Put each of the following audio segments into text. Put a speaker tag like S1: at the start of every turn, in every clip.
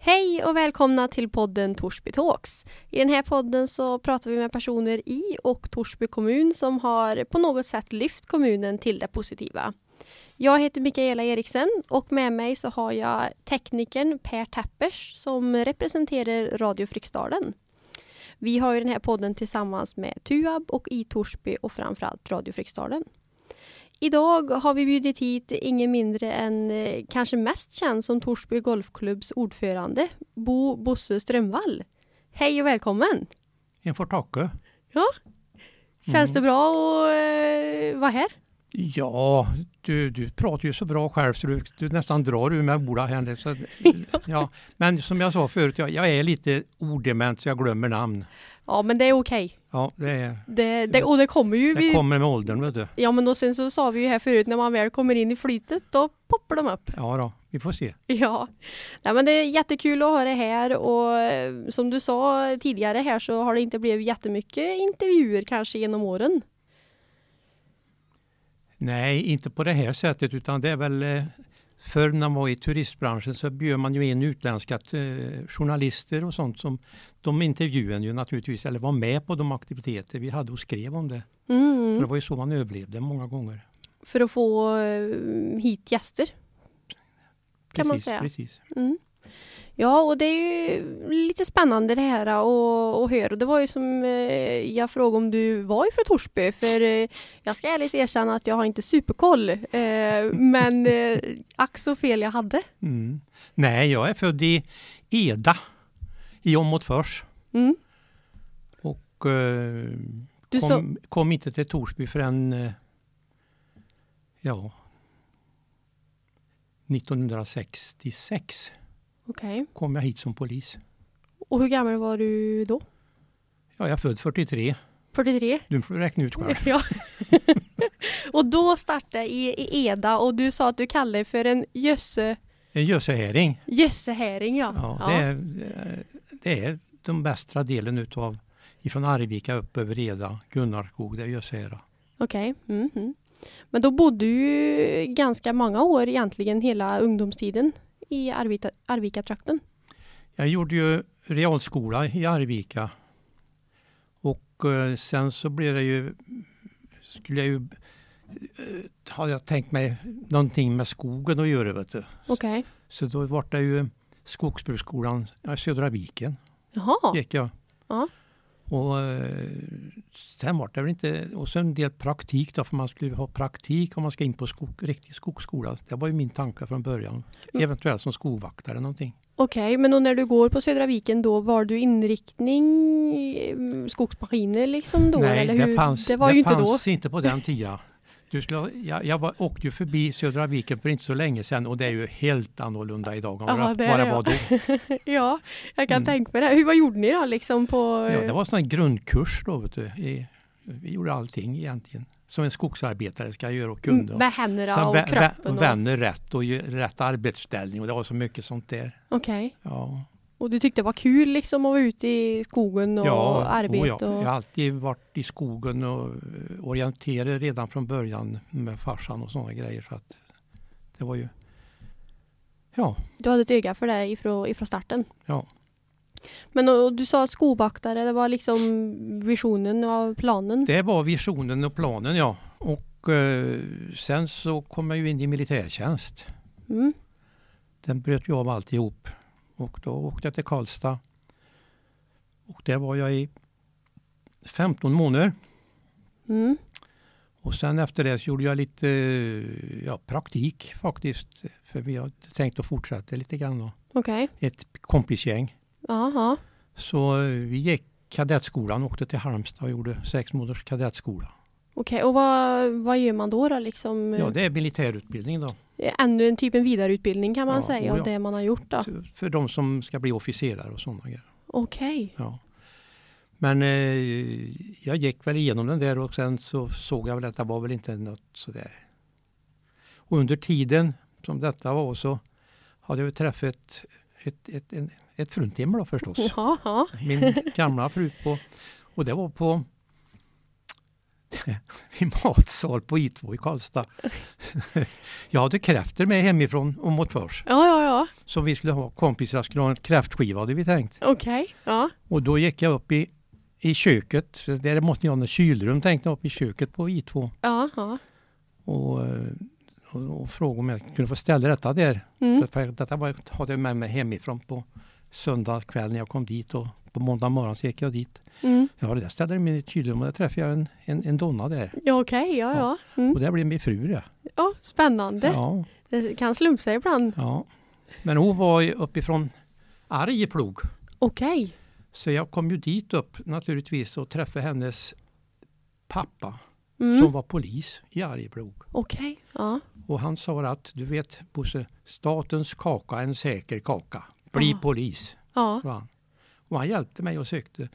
S1: Hej och välkomna till podden Torsby Talks. I den här podden så pratar vi med personer i och Torsby kommun som har på något sätt lyft kommunen till det positiva. Jag heter Mikaela Eriksen och med mig så har jag teknikern Per Tappers som representerar Radio Fryksdalen. Vi har ju den här podden tillsammans med TUAB och i Torsby och framförallt Radio Fryksdalen. Idag har vi bjudit hit ingen mindre än eh, kanske mest känd som Torsby Golfklubbs ordförande, Bo Bosse Strömvall. Hej och välkommen!
S2: En får tacka. Mm.
S1: Känns det bra att eh, vara här?
S2: Ja, du, du pratar ju så bra själv så du, du nästan drar ur mig orden här nu. Så, ja. Men som jag sa förut, jag, jag är lite ordement så jag glömmer namn.
S1: Ja, men det är okej.
S2: Ja, det, är,
S1: Det, det, och det kommer ju.
S2: det
S1: Vi,
S2: kommer med åldern vet du.
S1: Ja, men och sen så sa vi ju här förut, när man väl kommer in i flytet, då poppar de upp.
S2: Ja då, vi får se.
S1: Ja, Nej, men det är jättekul att ha det här och eh, som du sa tidigare här så har det inte blivit jättemycket intervjuer kanske genom åren.
S2: Nej, inte på det här sättet utan det är väl eh, förr när man var i turistbranschen så bjöd man ju in utländska eh, journalister och sånt som de intervjuade ju naturligtvis eller var med på de aktiviteter vi hade och skrev om det.
S1: Mm.
S2: För det var ju så man överlevde många gånger.
S1: För att få eh, hit gäster. Kan man
S2: Precis,
S1: säga.
S2: Precis.
S1: Ja, och det är ju lite spännande det här att- att höra. Och Det var ju som eh, jag frågade om du var ifrån Torsby, för eh, jag ska ärligt erkänna att jag har inte superkoll. Eh, men eh, ack så fel jag hade.
S2: Mm. Nej, jag är född i Eda i Åmotfors
S1: Mm.
S2: och eh,
S1: Du sa-
S2: kom, kom inte till Torsby förrän eh, ja, 1966
S1: Okej.
S2: kom jag hit som polis.
S1: Och hur gammal var du då?
S2: Ja, jag är född 43.
S1: 43?
S2: Du får räkna ut själv.
S1: Ja. och då startade i, i Eda och du sa att du kallade dig för en gösse,
S2: En gösehäring.
S1: gössehäring ja.
S2: Ja, det, är, det är den västra delen utav ifrån Arvika upp över Eda, Gunnarskog, det är Gösehära.
S1: Okej. mhm.
S2: Mm-hmm.
S1: Men då bodde du ju ganska många år egentligen hela ungdomstiden i Arvika, Arvika-trakten.
S2: Jag gjorde ju realskola i Arvika. Och eh, sen så blev det ju, skulle jag ju, eh, hade jag tänkt mig någonting med skogen att göra vet du.
S1: Okej.
S2: Så då var det ju Skogsbruksskolan i Södra Viken
S1: Jaha.
S2: gick jag.
S1: Ja.
S2: Och eh, sen var det väl inte, och sen en del praktik då för man skulle ha praktik om man ska in på skog, riktig skogsskola. Det var ju min tanke från början. Eventuellt som skogvaktare eller någonting.
S1: Okej, men då när du går på Södra Viken då var du inriktning eh, skogsmaskiner liksom då?
S2: Nej,
S1: eller
S2: det
S1: hur?
S2: fanns,
S1: det var ju inte då.
S2: fanns inte på den tiden. Du skulle, ha- jag jag var, åkte ju förbi Södra Viken för inte så länge sedan och det är ju helt annorlunda idag än vad
S1: Ja,
S2: det-
S1: det är
S2: vad
S1: det,
S2: det
S1: ja.
S2: var då.
S1: Ja, jag kan
S2: Mm.
S1: tänka mig det. Hur, vad gjorde ni då liksom på...
S2: Ja, det var en sån här grundkurs då. Vet du. I, vi gjorde allting egentligen som en skogsarbetare ska göra och kunde.
S1: Med händerna
S2: Sen
S1: Mm, och
S2: vä- vä-
S1: kroppen? Och...
S2: vänner rätt och ju- rätt arbetsställning och det var så mycket sånt där.
S1: Okej.
S2: Ja,
S1: Och du tyckte det var kul liksom att vara ute i skogen och
S2: ja,
S1: arbete?
S2: och jag,
S1: och...
S2: jag har alltid varit i skogen och eh, orienterade redan från början med farsan och sådana grejer. Så att det var ju... Ja,
S1: Du hade ett öga för det ifrån, ifrån starten?
S2: Ja.
S1: Men och, och du sa att skobaktare, det var liksom visionen av planen?
S2: det var visionen och planen ja. Och eh, sen så kom jag ju in i militärtjänst.
S1: Mm.
S2: Den bröt ju av alltihop. Och då åkte jag till Karlstad. Och där var jag i 15 månader.
S1: Mm.
S2: Och sen efter det så gjorde jag lite eh, ja, praktik faktiskt. För vi har tänkt att fortsätta lite grann då.
S1: Okej,
S2: Ett kompisgäng.
S1: jaha.
S2: Så eh, vi gick kadettskolan, åkte till Halmstad och gjorde sex månaders kadettskola.
S1: Okej, och vad, vad gör man då då liksom?
S2: Ja, det är militärutbildning då.
S1: Ännu en typ en vidareutbildning kan man
S2: Ja,
S1: säga
S2: oh
S1: av
S2: ja.
S1: det man har gjort då?
S2: För de som ska bli officerare och sådana grejer.
S1: Okej.
S2: Ja. Men eh, jag gick väl igenom den där och sen så såg jag väl att det var väl inte något sådär. Och under tiden som detta var så hade jag ju träffat ett, ett, ett, en- ett fruntimmer då förstås.
S1: Jaha.
S2: Min gamla fru på, och det var på i matsal på I2 i Karlstad. jag hade kräftor med hemifrån och mot förs.
S1: Ja, ja, ja.
S2: Så vi skulle ha, kompisar skulle ha en kräftskiva hade vi tänkt.
S1: Okej, ja.
S2: Och då gick jag upp i, i köket, för där måste jag ha något kylrum tänkte jag, upp i köket på I2.
S1: Ja, ja.
S2: Och, eh, och, och frågade om jag kunde få ställa detta där.
S1: Mm.
S2: Detta, detta var, hade jag med mig hemifrån på söndag kväll när jag kom dit och på måndag morgon så gick jag dit.
S1: Mm.
S2: Ja, det där ställde jag i mitt kylrum och där träffade jag en, en, en donna där.
S1: Ja, okej, ja, ja. Mm.
S2: Och det blev min fru det.
S1: Ja, spännande.
S2: Ja,
S1: Det kan slumpa sig ibland.
S2: ja. Men hon var ju uppifrån Arjeplog.
S1: Okej.
S2: Så jag kom ju dit upp naturligtvis och träffade hennes pappa
S1: Mm.
S2: som var polis i Arjeplog.
S1: Okej, ja.
S2: Och han sa att du vet Bosse, statens kaka är en säker kaka. Bli
S1: Ah.
S2: polis,
S1: Ja,
S2: sa han. Och han hjälpte mig och sökte.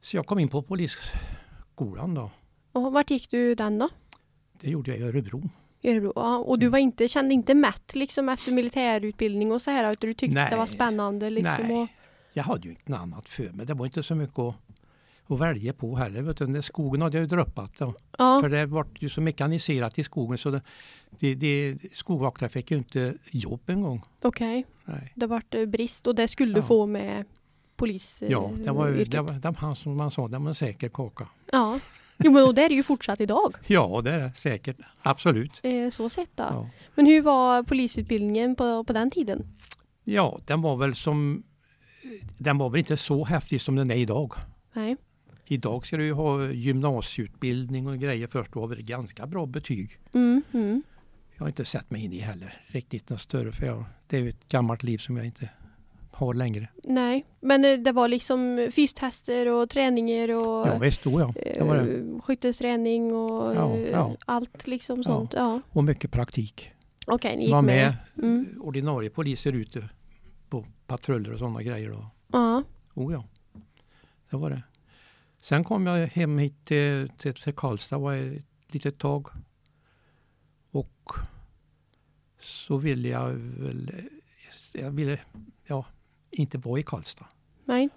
S2: Så jag kom in på polisskolan då.
S1: och vart gick du den då?
S2: Det gjorde jag i Örebro.
S1: I Örebro? Ja, och
S2: Mm.
S1: du var inte, kände inte mätt liksom efter militärutbildning och så här, utan du tyckte
S2: Nej.
S1: det var spännande liksom?
S2: Nej.
S1: Och,
S2: Jag hade ju inte något annat för mig. Det var inte så mycket att, att välja på heller. Vet du. Den där skogen hade jag ju droppat då.
S1: ja,
S2: För det vart ju så mekaniserat i skogen så det, det, det, skogvaktare fick ju inte jobb en gång.
S1: okej.
S2: Nej.
S1: Det vart eh, brist och det skulle du
S2: Ja.
S1: få med polis eh,
S2: Ja, det var ju,
S1: yrket.
S2: det var, det var, som man sa, det var en säker kaka.
S1: Ja. Jo, men och det är det ju fortsatt idag.
S2: Ja, det är det säkert. Absolut.
S1: Eh, så sett då.
S2: Ja.
S1: Men hur var polisutbildningen på, på den tiden?
S2: ja, den var väl som... Den var väl inte så häftig som den är idag.
S1: Nej.
S2: Idag ska du ju ha gymnasieutbildning och grejer först. Då har vi ganska bra betyg.
S1: Mm, mm.
S2: Jag har inte sett mig in i heller riktigt något större för jag, det är ju ett gammalt liv som jag inte har längre.
S1: Nej, men eh, det var liksom fystester och träningar och
S2: Ja visst, då ja. Det var det.
S1: eh, skyttesträning och
S2: Ja,
S1: eh,
S2: ja.
S1: allt liksom
S2: Ja.
S1: sånt. Ja.
S2: Och mycket praktik.
S1: Okej, ni gick
S2: var
S1: med.
S2: med,
S1: Mm.
S2: ordinarie poliser ute på patruller och sådana grejer. Då.
S1: Ja.
S2: Oh ja, det var det. Sen kom jag hem hit till, till, till Karlstad var jag ett litet tag. Och så ville jag väl, jag ville, ja, inte vara i Karlstad.
S1: Nej,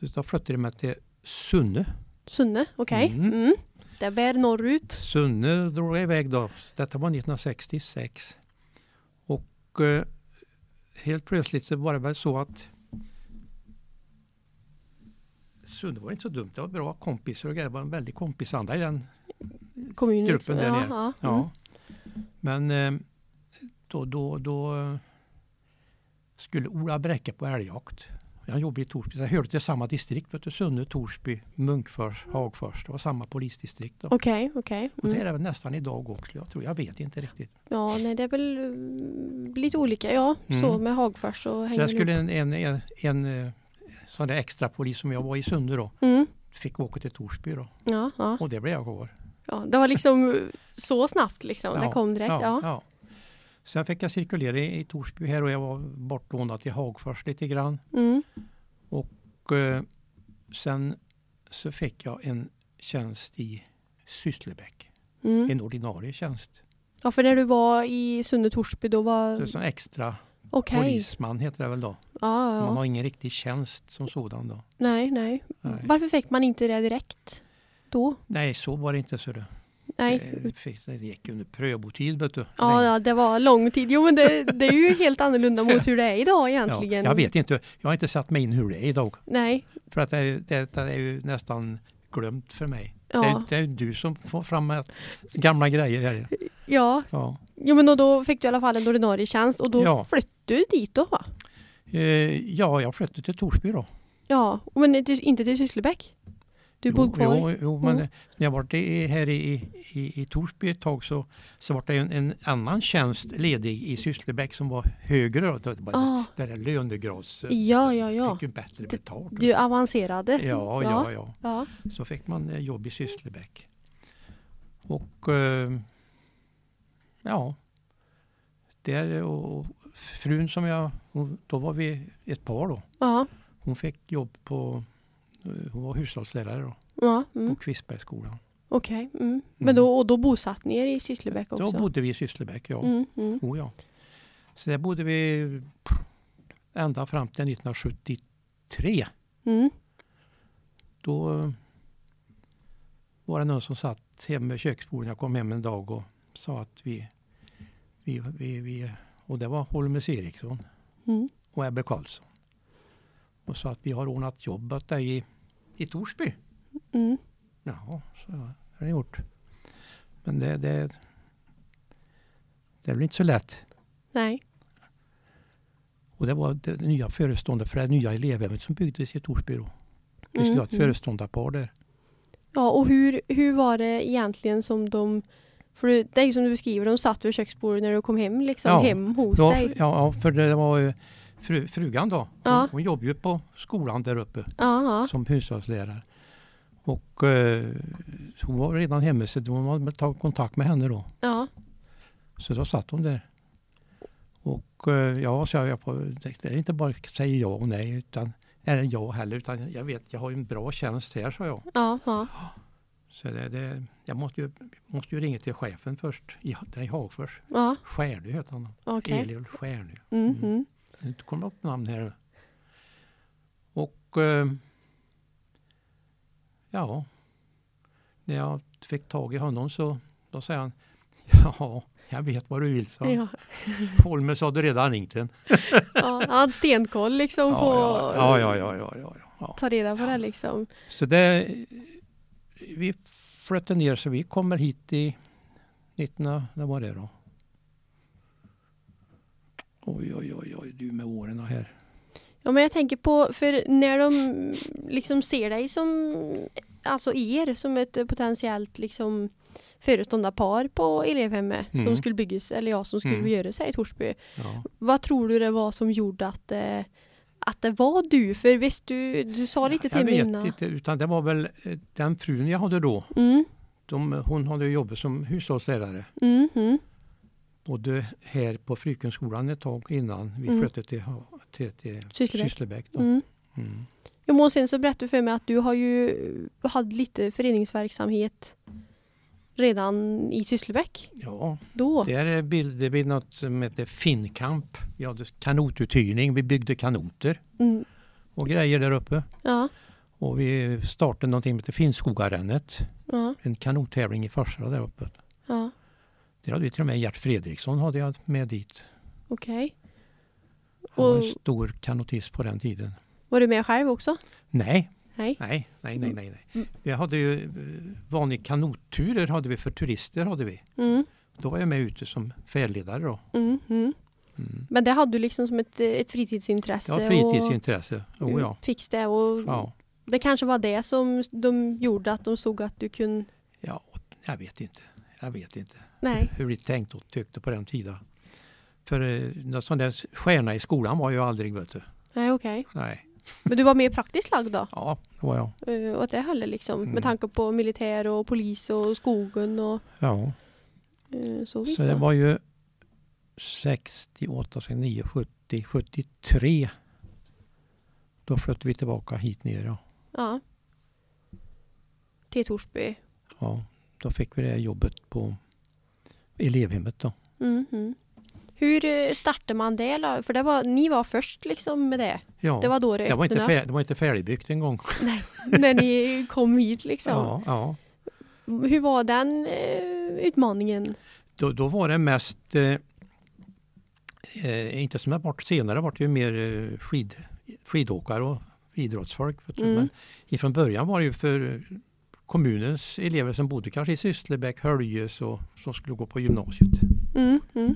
S2: Så Då flyttade jag mig till Sunne.
S1: Sunne, okej.
S2: Mm.
S1: Mm. Det bär norrut.
S2: Sunne drog jag iväg då. Detta var 1966. Och eh, helt plötsligt så var det väl så att Sunne var inte så dumt. Det var bra kompisar och grejer. Det var en väldig kompisanda i den.
S1: Kommunen.
S2: Gruppen
S1: liksom.
S2: där
S1: ja,
S2: nere.
S1: ja.
S2: Ja.
S1: Mm.
S2: Men eh, då, då, då eh, skulle Ola Bräcke på älgjakt. Han jobbade i Torsby. Jag hörde till samma distrikt. Vet du, Sunne, Torsby, Munkfors, Hagfors. Det var samma polisdistrikt. Då.
S1: Okej, okej.
S2: Och det är
S1: Mm.
S2: det väl nästan idag också. Jag, tror, jag vet inte riktigt.
S1: Ja, nej det är väl mm, lite olika. Ja,
S2: Mm.
S1: så med Hagfors och
S2: Så där
S1: hänger
S2: skulle
S1: ihop.
S2: en, en, en, en eh, sån där extra polis som jag var i Sunne då,
S1: Mm.
S2: fick åka till Torsby då.
S1: Ja, ja,
S2: Och det blev jag kvar.
S1: ja. Det var liksom så snabbt liksom. Det kom direkt. Ja.
S2: Sen fick jag cirkulera i, i Torsby här och jag var bortlånad till Hagfors lite grann.
S1: Mm.
S2: Och eh, sen så fick jag en tjänst i Sysslebäck.
S1: Mm.
S2: En ordinarie tjänst.
S1: Ja, för när du var i Sunne Torsby då var...
S2: Så som extra
S1: Okej.
S2: polisman heter det väl då.
S1: Ja, ja,
S2: Man
S1: ja.
S2: har ingen riktig tjänst som sådan då.
S1: Nej, nej,
S2: Nej,
S1: Varför fick man inte det direkt då?
S2: Nej så var det inte. Så det.
S1: Nej.
S2: Det, fick- det gick under prövotid vet du.
S1: Ja,
S2: länge.
S1: ja, det var lång tid. Jo, men det, det är ju helt annorlunda mot hur det är idag egentligen.
S2: Ja, jag vet inte, jag har inte satt mig in hur det är idag.
S1: Nej.
S2: För att det, är- det, det är ju nästan glömt för mig. Det, är-
S1: Ja,
S2: det är ju du som får fram att- gamla grejer här.
S1: ja.
S2: Ja.
S1: Jo, men då, då fick du i alla fall en ordinarie tjänst och då
S2: Ja.
S1: flyttade du dit då va?
S2: Eh, ja, jag flyttade till Torsby då.
S1: Ja, men till, inte till Sysslebäck? Du
S2: Jo,
S1: bodde kvar?
S2: Jo, jo men
S1: Mm.
S2: när jag var i, här i, i, i Torsby ett tag så, så var det en, en annan tjänst ledig i Sysslebäck som var högre. Då, det var
S1: Ah,
S2: Där är lönegrads...
S1: ja, ja, ja.
S2: Fick ju bättre betalt.
S1: Du avancerade?
S2: ja, ja, ja.
S1: ja.
S2: Så fick man eh, jobb i Sysslebäck. Och eh, ja, där eh, och och frun som jag, hon, då var vi ett par då.
S1: Ja,
S2: Hon fick jobb på, eh, hon var hushållslärare då,
S1: ja. Mm.
S2: på Kvistbergsskolan.
S1: Okej. Mm. Men då, och då bosatt ni er i Sysslebäck också?
S2: Då bodde vi i Sysslebäck, ja.
S1: mm, mm.
S2: Oh, ja. Så där bodde vi pff, ända fram till 1973.
S1: Mm.
S2: Då eh, var det någon som satt hemma vid köksbordet. Jag kom hem en dag och sa att vi, vi, vi, vi och det var Holmes Eriksson.
S1: Mm.
S2: och Ebbe Karlsson. Och sa att vi har ordnat jobb åt dig i, i Torsby.
S1: Mm.
S2: Ja, så har det gjort. Men det, det, det är väl inte så lätt.
S1: Nej.
S2: Och det var det nya föreståndare för det nya elevhemmet som byggdes i Torsby då. Vi
S1: Mm,
S2: skulle ha ett
S1: mm.
S2: föreståndarpar där.
S1: Ja, och hur, hur var det egentligen som de... För det det är ju som du beskriver, de satt vid köksbordet när du kom hem, liksom
S2: Ja.
S1: hem hos
S2: Ja, f-
S1: dig.
S2: ja, för det var ju fru, frugan då. Hon,
S1: Ja.
S2: hon jobbar ju på skolan där uppe
S1: Ja, ja.
S2: som hushållslärare. Och eh, hon var redan hemma så de hade tagit kontakt med henne då.
S1: ja.
S2: Så då satt hon där. Och eh, ja, så jag, jag får, det är inte bara att säga ja och nej utan, eller ja heller utan jag vet jag har ju en bra tjänst här sa jag.
S1: ja, ja.
S2: Så det, det, jag måste ju, måste ju ringa till chefen först, i, där i Hagfors.
S1: ja.
S2: Stjärnö heter han.
S1: Okej.
S2: Eliel Stjärnö.
S1: Mhm.
S2: Nu kommer det upp namn här. Och eh, ja, när jag fick tag i honom så då säger han Ja, jag vet vad du vill, så.
S1: Ja.
S2: Holmes hade redan ringt en.
S1: ja. Han hade stenkoll liksom på
S2: ja, ja, ja, ja, ja, ja, ja.
S1: ta reda på det liksom.
S2: Så det, vi flyttade ner så vi kommer hit i 19, när var det då? Oj, oj, oj, oj, du med åren här.
S1: Ja, men jag tänker på, för när de liksom ser dig som, alltså er, som ett eh, potentiellt liksom föreståndarpar på elevhemmet som
S2: Mm.
S1: skulle byggas, eller ja, som skulle
S2: Mm.
S1: göras här i Torsby.
S2: Ja.
S1: Vad tror du det var som gjorde att, eh, att det var du? För visst, du, du sa lite till
S2: jag
S1: mig
S2: vet
S1: innan.
S2: inte, utan det var väl eh, den frun jag hade då.
S1: Mm,
S2: De, hon hade ju jobbat som hushållslärare.
S1: mm, mm,
S2: Både här på Frykenskolan ett tag innan vi
S1: Mm.
S2: flyttade till, Ha- till, till
S1: Sysslebäck.
S2: Sysslebäck. då.
S1: Mm.
S2: Mm.
S1: Jo, men och sen så berättade du för mig att du har ju eh, hade lite föreningsverksamhet redan i Sysslebäck.
S2: Ja,
S1: Då?
S2: där bildade vi något som heter Finnkamp. Vi hade kanotuthyrning, vi byggde kanoter
S1: Mm,
S2: och grejer där uppe.
S1: ja,
S2: Och vi startade någonting som heter Finnskogarennet.
S1: ja,
S2: En kanottävling i Farsta där uppe.
S1: ja,
S2: Där hade vi till och med Gert Fredriksson hade jag med dit.
S1: okej.
S2: Han var en
S1: Och-
S2: stor kanotist på den tiden.
S1: Var du med själv också?
S2: Nej,
S1: Nej.
S2: Nej, nej, nej, nej.
S1: Mm.
S2: nej. Vi hade ju eh, vanliga kanotturer hade vi för turister hade vi.
S1: Mm,
S2: Då var jag med ute som färdledare då.
S1: mm, mm.
S2: Mm.
S1: Men det hade du liksom som ett, eh, ett fritidsintresse?
S2: Jag har fritidsintresse.
S1: och,
S2: Oh, ja.
S1: Fick det och
S2: Ja,
S1: det kanske var det som de gjorde att de såg att du kunde...
S2: ja, och jag vet inte. Jag vet inte
S1: Nej.
S2: hur de tänkte och tyckte på den tiden. För eh, någon sån där stjärna i skolan var jag aldrig, vet du.
S1: Nej, okej.
S2: Nej,
S1: Men du var mer praktiskt lagd då?
S2: ja, det var jag.
S1: eh, Åt det hållet liksom?
S2: Mm.
S1: Med tanke på militär och polis och skogen och
S2: Ja,
S1: eh, så visst.
S2: så det
S1: va?
S2: var ju 68, 69, 70, 73. Då flyttade vi tillbaka hit ner. Ja.
S1: Ja. Till Torsby.
S2: Ja, då fick vi det jobbet på elevhemmet då.
S1: Mhm. Hur eh, startade man det då? För det var, ni var först liksom med det.
S2: Ja,
S1: Det var då det,
S2: det var inte,
S1: öppnade
S2: fär, det var inte färdigbyggt en gång.
S1: när ni kom hit liksom.
S2: Ja, ja.
S1: Hur var den eh, utmaningen?
S2: Då, då var det mest, eh, eh, inte som det varit senare, vart det ju mer eh, skid, skidåkare och idrottsfolk. Vet du.
S1: Mm.
S2: Men ifrån början var det ju för kommunens elever som bodde kanske i Sysslebäck, Höljes och som skulle gå på gymnasiet.
S1: Mm, mm.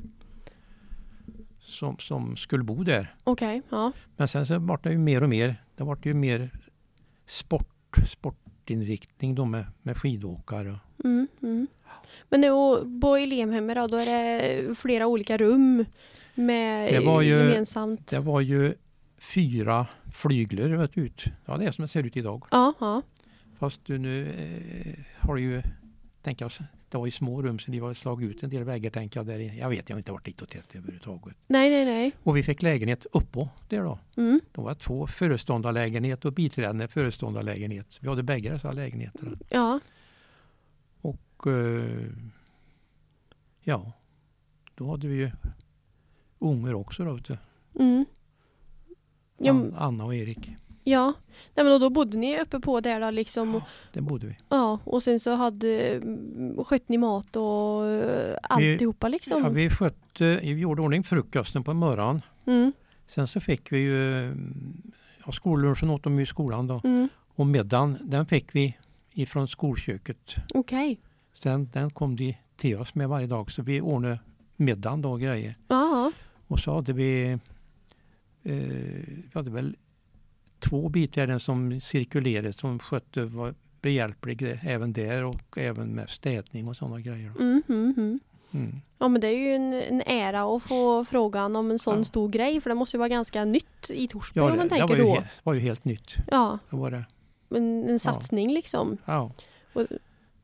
S2: Som, som skulle bo där.
S1: Okej, ja.
S2: Men sen så vart det ju mer och mer. Det vart ju mer sport, sportinriktning då med, med skidåkare. och-
S1: Mm, mm. Men nu, och på elevhemmet då, då är det flera olika rum med
S2: Det var ju-
S1: gemensamt.
S2: Det var ju fyra flygler vet du, ut. Ja, det är som det ser ut idag.
S1: Ja, ja.
S2: Fast du, nu eh, har ju, tänker jag, det var ju små rum så de var slagit ut en del väggar tänker jag. Där i. Jag vet, jag har inte varit dit och tittat överhuvudtaget.
S1: Nej, nej, nej.
S2: Och vi fick lägenhet uppå där då.
S1: Mm.
S2: Det var två föreståndarlägenhet och biträdande föreståndarlägenhet. Vi hade bägge dessa lägenheter.
S1: Ja,
S2: Och eh, ja, då hade vi ju unger också då. vet du.
S1: mm. Ja,
S2: An-
S1: m-
S2: Anna och Erik,
S1: ja. Nej, men då, då bodde ni uppe på där då liksom. Och,
S2: det bodde vi.
S1: ja, och sen så hade, mm, skötte ni mat och eh, alltihopa liksom.
S2: Ja, vi skötte, vi gjorde ordning frukosten på morgonen.
S1: Mm.
S2: Sen så fick vi ju ja, skollunchen åt dem i skolan då.
S1: Mm.
S2: Och middagen den fick vi ifrån skolköket.
S1: Okej.
S2: Sen den kom de till oss med varje dag så vi ordnade middagen då och grejer.
S1: Ja.
S2: Och så hade vi, eh, vi hade väl två biträden som cirkulerade som skötte, var behjälpliga även där och även med städning och sådana grejer. då.
S1: Mm, mm, mm.
S2: Mm.
S1: Ja men det är ju en, en ära att få frågan om en sån
S2: Ja.
S1: stor grej för det måste ju vara ganska nytt i Torsby
S2: Ja,
S1: om
S2: det,
S1: man
S2: det
S1: tänker
S2: var, ju,
S1: då.
S2: he- var ju helt nytt.
S1: Ja,
S2: Det var det.
S1: en, en satsning liksom.
S2: Ja.
S1: Och-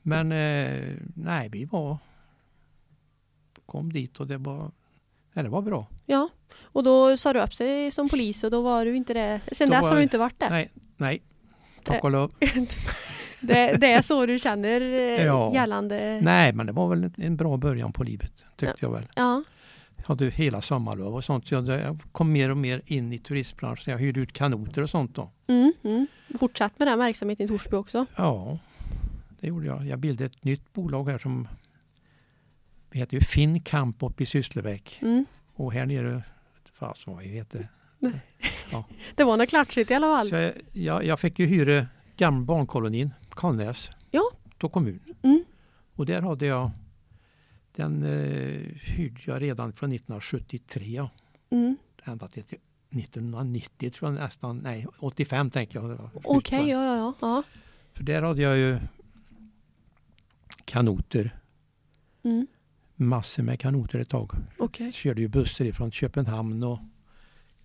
S2: Men eh, nej, vi var, kom dit och det var, nej, det var bra.
S1: Ja. Och då sa du upp sig som polis och då var du inte det. Sen
S2: Då
S1: dess har
S2: var-
S1: du inte varit det.
S2: Nej, nej. Tack och lov.
S1: det. Det är så du känner eh,
S2: Ja.
S1: gällande.
S2: Nej, men det var väl en- en bra början på livet tyckte jag väl.
S1: Ja.
S2: Jag hade ju hela sommarlov och sånt. så Jag jag kom mer och mer in i turistbranschen. Jag hyrde ut kanoter och sånt då.
S1: Mm, mm. Fortsatt med den verksamheten i Torsby också.
S2: Ja, det gjorde jag. Jag bildade ett nytt bolag här som vi heter ju Finn Camp uppe i Sysslebäck.
S1: Mm.
S2: Och här nere, fast vad vi heter.
S1: Det var något klatschigt i alla fall.
S2: Så jag, jag, jag fick ju hyra gamla barnkolonin, Kalnäs,
S1: Ja.
S2: då kommun.
S1: Mm.
S2: Och där hade jag, den eh, hyrde jag redan från 1973. ja.
S1: Mm.
S2: ända till 1990 tror jag nästan, nej 85 tänker jag. det var slut på
S1: Okej,
S2: den.
S1: ja, ja, ja. ja.
S2: För där hade jag ju kanoter,
S1: Mm.
S2: massor med kanoter ett tag.
S1: Okej.
S2: Körde ju bussar ifrån Köpenhamn och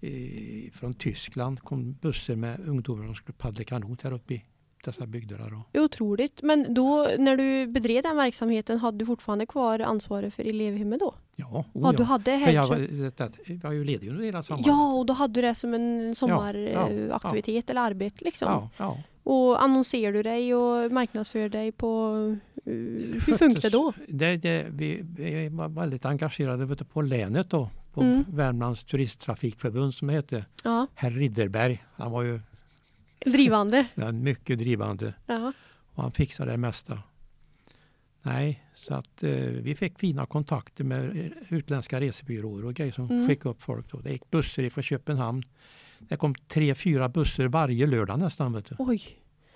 S2: eh, från Tyskland kom bussar med ungdomar som skulle paddla kanot här uppe i dessa bygder. Där då.
S1: Otroligt. Men då när du bedrev den verksamheten hade du fortfarande kvar ansvaret för elevhemmet då?
S2: Ja, o,
S1: ja, du
S2: Oh ja.
S1: hade
S2: För jag
S1: headshot.
S2: var, det, det, jag var ju ledig under hela sommaren.
S1: Ja, och då hade du det som en
S2: ja, ja.
S1: sommaraktivitet eller arbete liksom.
S2: ja, ja.
S1: Och annonserar du dig och marknadsför dig på... eh, hur
S2: sköttes-
S1: funkar det då?
S2: Det, det, vi, vi var väldigt engagerade vet du, på länet då. På
S1: Mm.
S2: Värmlands turisttrafikförbund som hette
S1: Ja,
S2: Herr Ridderberg. Han var ju
S1: drivande.
S2: en mycket drivande
S1: Ja.
S2: och han fixade det mesta. Nej, så att eh, vi fick fina kontakter med utländska resebyråer och grejer som
S1: Mm.
S2: skickade upp folk. Då. Det gick bussar från Köpenhamn. Det kom tre, fyra bussar varje lördag nästan. Vet du,
S1: Oj.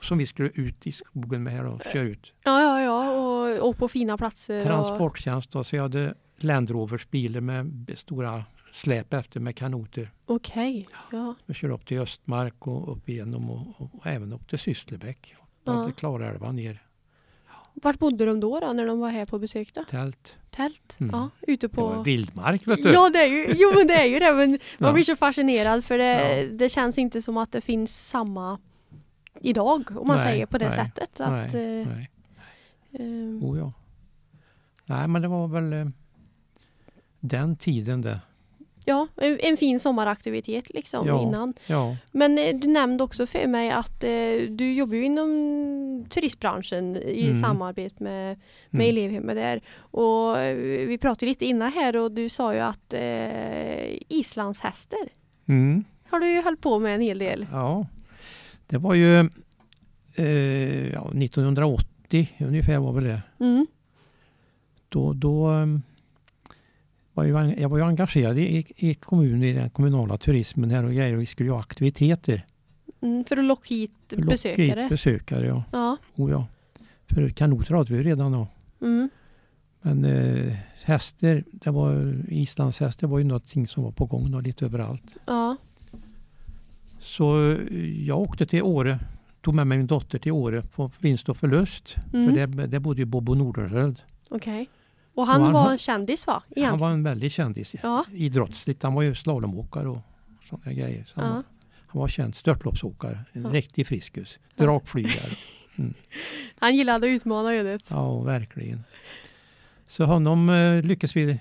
S2: som vi skulle ut i skogen med här och
S1: Eh,
S2: köra ut.
S1: Ja, ja, ja. Och, och på fina platser. Och,
S2: Transporttjänst då, så jag hade Land Rovers bilar med b- stora släp efter med kanoter.
S1: okej. Ja.
S2: Jag körde upp till Östmark och upp igenom och, och, och även upp till Sysslebäck.
S1: Ja.
S2: Ja. Till Klarälva ner,
S1: Vart bodde de då, då när de var här på besök då?
S2: tält.
S1: Tält?
S2: Mm.
S1: Ja, ute
S2: Det var
S1: på...
S2: vildmark vet du.
S1: Ja, det är ju, jo, men det är ju det. Men man
S2: Ja.
S1: blir så fascinerad för det,
S2: Ja.
S1: det känns inte som att det finns samma idag, om man
S2: Nej,
S1: säger på det
S2: nej,
S1: sättet.
S2: nej,
S1: Att, eh,
S2: nej.
S1: eh,
S2: Oh, ja. nej men det var väl eh, den tiden det.
S1: Ja, en, en fin sommaraktivitet liksom
S2: Ja.
S1: innan.
S2: Ja, Mm.
S1: Men eh, du nämnde också för mig att eh, du jobbar ju inom turistbranschen i
S2: Mm.
S1: samarbete med, med
S2: Mm.
S1: elevhemmet där. Och eh, vi pratade ju lite innan här och du sa ju att eh, islandshästar
S2: mm.
S1: har du ju hållit på med en hel del.
S2: ja. det var ju eh, ja, 1980 ungefär var väl det.
S1: Mm.
S2: då, då ehm, var jag, jag var ju engagerad i, i kommunen, i den kommunala turismen här och grejer. och Vi skulle ju ha aktiviteter.
S1: Mm, för att locka hit
S2: Locka hit
S1: besökare.
S2: besökare, ja.
S1: Ja.
S2: Oh, ja. För kanoter hade vi ju redan då.
S1: Mm.
S2: Men eh, hästar, det var, islandshästar var ju någonting som var på gång då, lite överallt.
S1: ja.
S2: Så eh, jag åkte till Åre, tog med mig min dotter till Åre på vinst och förlust.
S1: Mm.
S2: För där, där bodde ju Bobo Nordenskiöld.
S1: Okej. Och han,
S2: Och han
S1: var
S2: har-
S1: en kändis va? Egentligen.
S2: Han var en väldig kändis
S1: Ja.
S2: idrottsligt. Han var ju slalomåkare och sådana grejer. Så han var-
S1: Ja.
S2: Han var känd störtloppsåkare, en
S1: Ja.
S2: riktig friskus,
S1: Ja.
S2: drakflygare.
S1: Han gillade att utmana ödet.
S2: Ja, verkligen. Så honom eh, lyckades vi...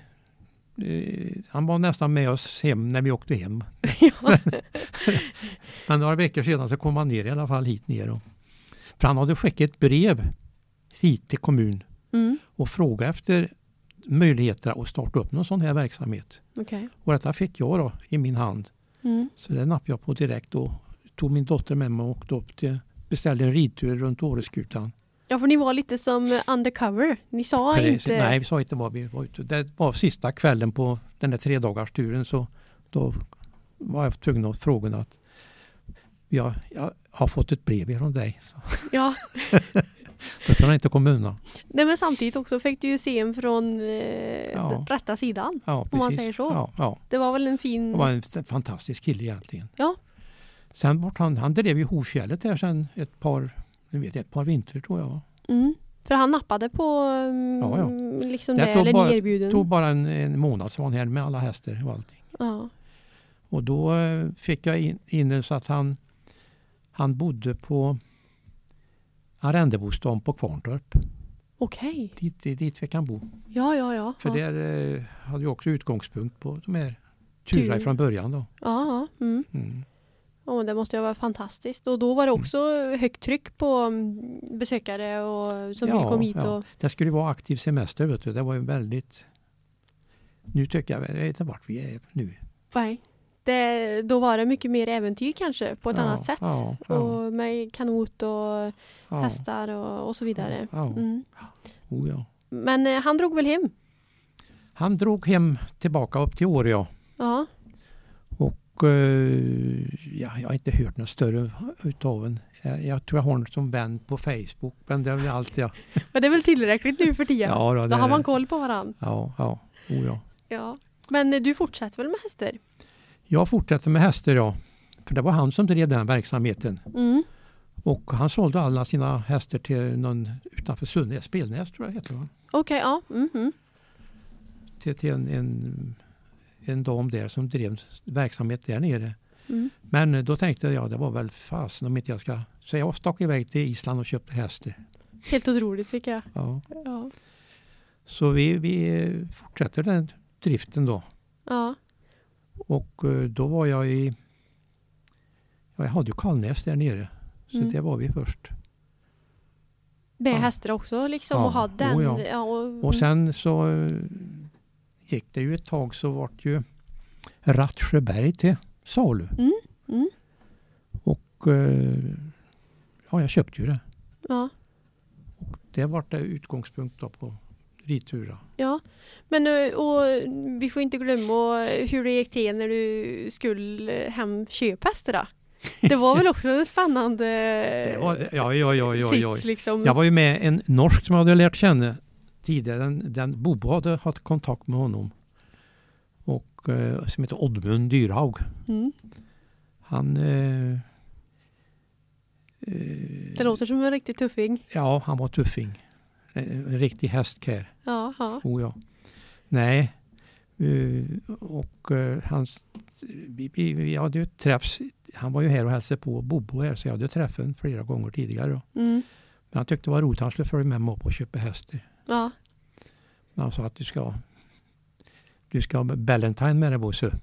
S2: Eh, han var nästan med oss hem när vi åkte hem.
S1: Ja.
S2: Men några veckor sedan så kom han ner i alla fall hit ner. Och, för han hade skickat ett brev hit till kommun
S1: Mm.
S2: och frågat efter möjligheter att starta upp någon sån här verksamhet.
S1: Okej.
S2: Och detta fick jag då i min hand.
S1: Mm.
S2: Så det nappade jag på direkt och tog min dotter med mig och åkte upp till, beställde en ridtur runt Åreskutan.
S1: Ja, för ni var lite som undercover. Ni sa
S2: Precis.
S1: inte...
S2: Nej, vi sa inte vad vi var ute. Det var sista kvällen på den där tredagasturen så då var jag tvungen att fråga att jag, jag har fått ett brev från dig. Så.
S1: Ja.
S2: Då kan jag inte komma undan.
S1: Nej men samtidigt också fick du ju se en från eh,
S2: Ja.
S1: den rätta sidan.
S2: Ja,
S1: Om man
S2: precis.
S1: säger så.
S2: Ja, ja.
S1: Det var väl en fin...
S2: Han var en f- fantastisk kille egentligen.
S1: Ja.
S2: Sen bort han, han drev ju Hovfjället här sen ett par, nu vet jag, ett par vintrar tror jag.
S1: Mm. För han nappade på mm,
S2: Ja, ja.
S1: liksom
S2: Jag
S1: det,
S2: tog
S1: eller
S2: bara-
S1: ni erbjuden.
S2: tog bara en, en månad så var han här med alla hästar och allting.
S1: Ja.
S2: Och då eh, fick jag in, in det så att han, han bodde på arrendebostaden på Kvarntorp.
S1: Okej.
S2: Dit, dit, dit fick han bo.
S1: Ja, ja, ja.
S2: För
S1: ja.
S2: där eh, hade jag också utgångspunkt på de här turerna
S1: Tur.
S2: från början då.
S1: Ja, ja. Mm.
S2: Mm.
S1: Oh, det måste ju vara fantastiskt. Och då var det också högt tryck på mm, besökare och, som
S2: Ja,
S1: vill komma hit.
S2: ja.
S1: Och,
S2: Det skulle ju vara aktiv semester vet du. Det var ju väldigt... Nu tycker jag, jag vet inte vart vi är nu.
S1: nej. Det, då var det mycket mer äventyr kanske på ett
S2: Ja,
S1: annat sätt.
S2: ja, ja.
S1: Och med kanot och
S2: Ja.
S1: hästar och, och så vidare.
S2: Ja, ja.
S1: Mm.
S2: Oh, ja.
S1: Men eh, han drog väl hem?
S2: Han drog hem tillbaka upp till Åre ja.
S1: Ja.
S2: Och eh, ja, jag har inte hört något större utav en. Jag, jag tror jag har honom som vän på Facebook. Men det är väl allt jag...
S1: Men det är väl tillräckligt nu för tiden?
S2: Ja, då,
S1: Då
S2: det-
S1: har man koll på varandra.
S2: Ja, ja. Oh, ja.
S1: Ja. Men eh, du fortsätter väl med hästar?
S2: Jag fortsätter med hästar ja. För det var han som drev den verksamheten.
S1: Mm.
S2: Och han sålde alla sina hästar till någon utanför Sunnäs, Spelnäs tror jag det heter. Va?
S1: Okej, ja. Mm mm.
S2: Till, till en, en, en dam där som drev verksamhet där nere.
S1: Mm.
S2: Men eh, då tänkte jag, det var väl fasen om inte jag ska... Så jag stack iväg till Island och köpte hästar.
S1: Helt otroligt tycker jag.
S2: Ja.
S1: Ja.
S2: Så vi, vi eh, fortsätter den driften då.
S1: ja.
S2: Och eh, då var jag i... Ja, jag hade ju Kalnäs där nere. Så
S1: Mm.
S2: där var vi först.
S1: Med
S2: Ja.
S1: hästar också liksom
S2: Ja,
S1: och ha den.
S2: oh ja.
S1: och,
S2: Och sen så eh, gick det ju ett tag så vart ju Rattsjöberg till salu.
S1: Mm, mm.
S2: Och eh, ja, jag köpte ju det.
S1: ja.
S2: Det vart det utgångspunkt då på ritura.
S1: Ja, men eh, och vi får inte glömma eh, hur det gick till när du skulle hem köpa hästar. då. Det var väl också en spännande Eh,
S2: Det var, ja, ja, ja, ja, ja.
S1: sits liksom.
S2: Jag var ju med en norsk som jag hade lärt känna tidigare. Den, den Bobo hade haft kontakt med honom. Och eh, som heter Oddmund Dyrhaug.
S1: Mm.
S2: Han... Eh,
S1: Det
S2: eh,
S1: låter som en riktig tuffing.
S2: ja, han var tuffing. En, en riktig hästkär.
S1: Ja, ja.
S2: Oh ja. Nej. Eh, och eh, hans... Vi, vi, vi hade ju träffs... Han var ju här och hälsade på Bobo här så jag hade träffat honom flera gånger tidigare. då.
S1: Mm.
S2: Men han tyckte det var roligt. Han skulle följa med mig upp och köpa hästar.
S1: ja.
S2: Men han sa Alltså att du ska du ska ha Ballantine med dig Bosse.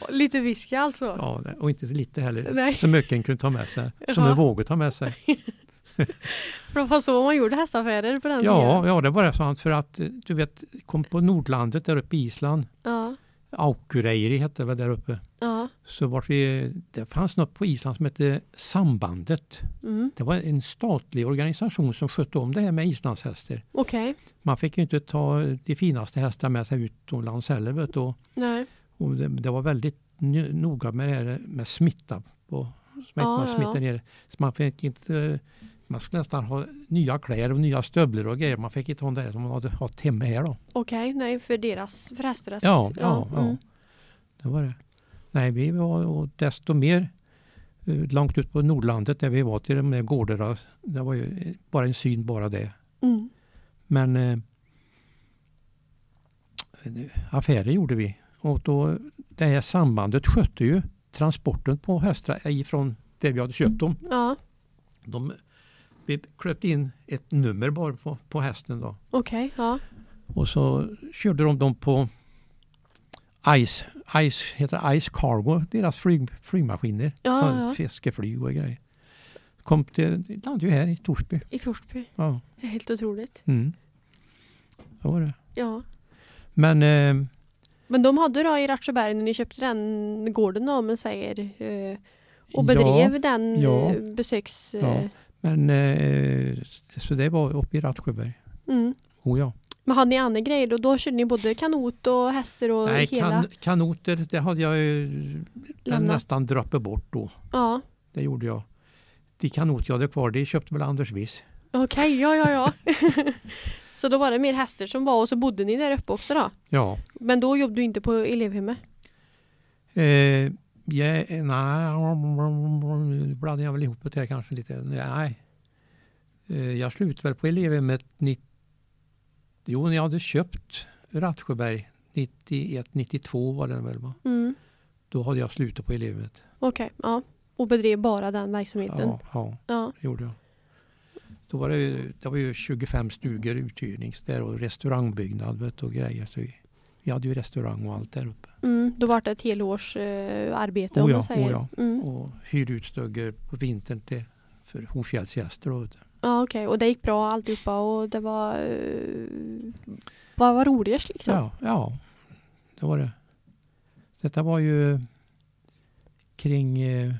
S1: Och Lite whisky alltså.
S2: Ja, det- och inte lite heller.
S1: Nej.
S2: Så mycket en kunde ta med sig. Som
S1: Ja.
S2: en vågade ta med sig.
S1: För det var så man gjorde hästaffärer på den
S2: Ja, ja, det var det sant. För att eh, du vet, kom på Nordlandet där uppe i Island.
S1: Ja,
S2: Aukureiri hette det väl där uppe.
S1: ja.
S2: Så vart vi, det fanns något på Island som hette Sambandet.
S1: Mm.
S2: Det var en statlig organisation som skötte om det här med islandshästar.
S1: Okej.
S2: Man fick ju inte ta de finaste hästarna med sig utomlands heller. Vet du. Och
S1: Nej.
S2: Och det, det var väldigt ny- noga med det här med smitta. På, smitt,
S1: Ja,
S2: man
S1: ja,
S2: smittar
S1: ja.
S2: ner. Så man fick inte man skulle nästan ha nya kläder och nya stövlar och grejer. Man fick inte ha det där som man hade haft hemma här då.
S1: Okej, nej för deras, för hästarnas.
S2: Ja, ja, ja.
S1: Mm.
S2: Det var det. Nej, vi var och desto mer eh, långt ut på Nordlandet där vi var till de där gårdarna. Det var ju eh, bara en syn bara det.
S1: Mm.
S2: Men eh, affärer gjorde vi. Och då, det här sambandet skötte ju transporten på hästar ifrån där vi hade köpt dem.
S1: Ja,
S2: De, vi klöpte in ett nummer bara på, på hästen då.
S1: okej, ja.
S2: Och så körde de dem på Ice, Ice heter Ice Cargo, deras flyg, flygmaskiner.
S1: Ja,
S2: så
S1: ja.
S2: Fiskeflyg och grejer. Kom till, det landade ju här i Torsby.
S1: I Torsby.
S2: Ja,
S1: Det är Helt otroligt.
S2: mm. det var det.
S1: Ja.
S2: Men eh,
S1: Men de hade då i Rattsjöberg när ni köpte den gården om man säger. eh, Och bedrev den
S2: ja.
S1: eh, besöks... eh,
S2: Ja. Men eh, så det var uppe i Rattsjöberg.
S1: Mm.
S2: Oh ja.
S1: Men hade ni andra grejer då? Då körde ni både kanot och hästar och
S2: Nej,
S1: hela?
S2: kan, kanoter, det hade jag ju den
S1: Lämna.
S2: nästan drappit bort då.
S1: Ja,
S2: Det gjorde jag. De kanot jag hade kvar, det köpte väl Anders Wiss.
S1: okej, ja, ja, ja. så då var det mer hästar som var och så bodde ni där uppe också då?
S2: Ja.
S1: Men då jobbade du inte på elevhemmet?
S2: Eh, jag, nej, blandar jag väl ihop det här kanske lite. Nej. Eh, jag slutade väl på elevhemmet 90, Jo, när jag hade köpt Rattsjöberg 91, 92 var det väl va?
S1: Mm.
S2: Då hade jag slutat på elevhemmet.
S1: Okej, ja. Och bedrev bara den verksamheten?
S2: Ja, ja,
S1: ja.
S2: det gjorde jag. Då var det, ju- det var ju 25 stugor uthyrnings där och restaurangbyggnad vet, du, och grejer. Så vi, vi hade ju restaurang och allt där uppe.
S1: Mm, då var det ett helårs eh, arbete om
S2: Oh ja,
S1: man säger.
S2: oh ja.
S1: Mm.
S2: och hyrde ut stugor på vintern till för Hofjällsgäster. Och,
S1: Ja, okej. Och det gick bra alltihopa och det var... Eh, vad var roligast liksom?
S2: ja, ja, det var det. Detta var ju kring... eh,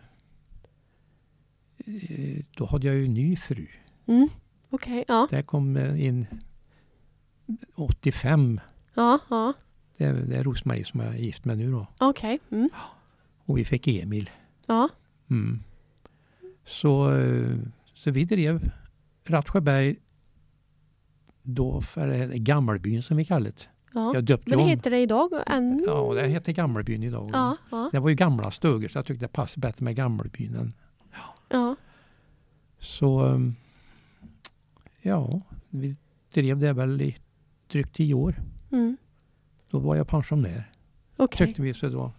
S2: eh, Då hade jag ju en ny fru.
S1: Mm. Okej, ja.
S2: Där kom eh, in 85.
S1: Ja, ja.
S2: Det är, det är Rosmarie som jag är gift med nu då.
S1: Okej. Mm.
S2: Och vi fick Emil.
S1: Ja.
S2: Mm. Så, eh, så vi drev Rattsjöberg, då, eller Gammelbyn som vi kallade det.
S1: ja.
S2: Jag döpte
S1: Men
S2: om.
S1: heter det idag än?
S2: Ja, det heter Gammelbyn idag.
S1: Ja, ja,
S2: Det var ju gamla stugor så jag tyckte det passade bättre med Gammelbyn. än-
S1: ja.
S2: Så um, ja, vi drev det väl i drygt tio år.
S1: Mm.
S2: Då var jag pensionär
S1: Okej.
S2: tyckte vi. Så då,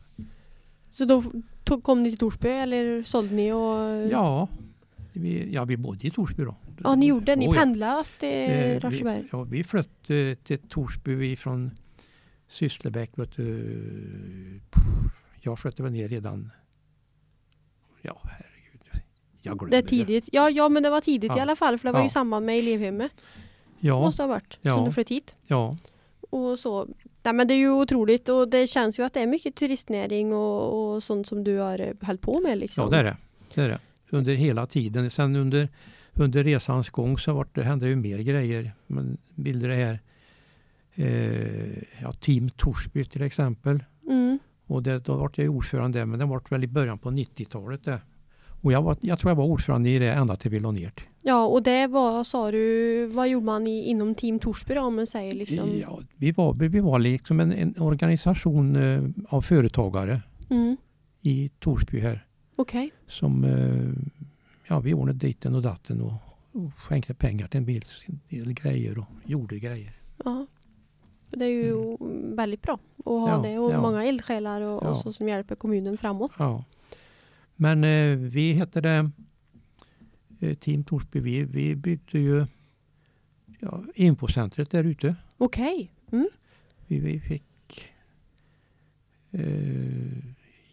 S1: Så då f- tog, kom ni till Torsby eller sålde ni och...
S2: ja, vi, ja, vi bodde i Torsby då.
S1: Mm. Ja, ni gjorde det. Ni
S2: Oh, ja.
S1: pendlade upp till
S2: Eh,
S1: Rörsberg.
S2: Vi, ja, vi flyttade till Torsby från Sysslebäck. Vet du. Jag flyttade väl ner redan, ja herregud. Jag glömmer
S1: Det är tidigt. Ja, ja, men det var tidigt i
S2: Ja.
S1: alla fall för det var ju
S2: Ja.
S1: samma med elevhemmet.
S2: Ja,
S1: Måste ha varit.
S2: Ja.
S1: Som du flyttade hit.
S2: ja.
S1: Och så. Nej, men det är ju otroligt och det känns ju att det är mycket turistnäring och, och sånt som du har eh, hållit på med liksom.
S2: Ja, det är det. det är det. Under hela tiden. Sen under, under resans gång så vart det, hände det ju mer grejer. Man bildade det här eh, ja, Team Torsby till exempel.
S1: Mm.
S2: Och det, då vart jag ju ordförande där, men det vart väl i början på 90-talet det. Och jag, var, jag tror jag var ordförande i det ända till vi la ner det.
S1: Ja, och det var, sa du, vad gjorde man i, inom Team Torsby då om man säger liksom?
S2: ja, vi, var, vi var liksom en, en organisation eh, av företagare
S1: Mm.
S2: i Torsby här.
S1: Okej.
S2: som eh, ja, vi ordnade ditten och datten och, och skänkte pengar till en bil, en del grejer och gjorde grejer.
S1: Ja. Det är ju väldigt bra att ha
S2: Mm. Ja,
S1: det och
S2: ja.
S1: många eldsjälar och,
S2: Ja.
S1: och så som hjälper kommunen framåt.
S2: Ja. Men eh, vi hette det eh, Team Torsby. Vi, vi byggde ju ja, infocentret där ute.
S1: Okej.
S2: Vi, vi fick... Eh,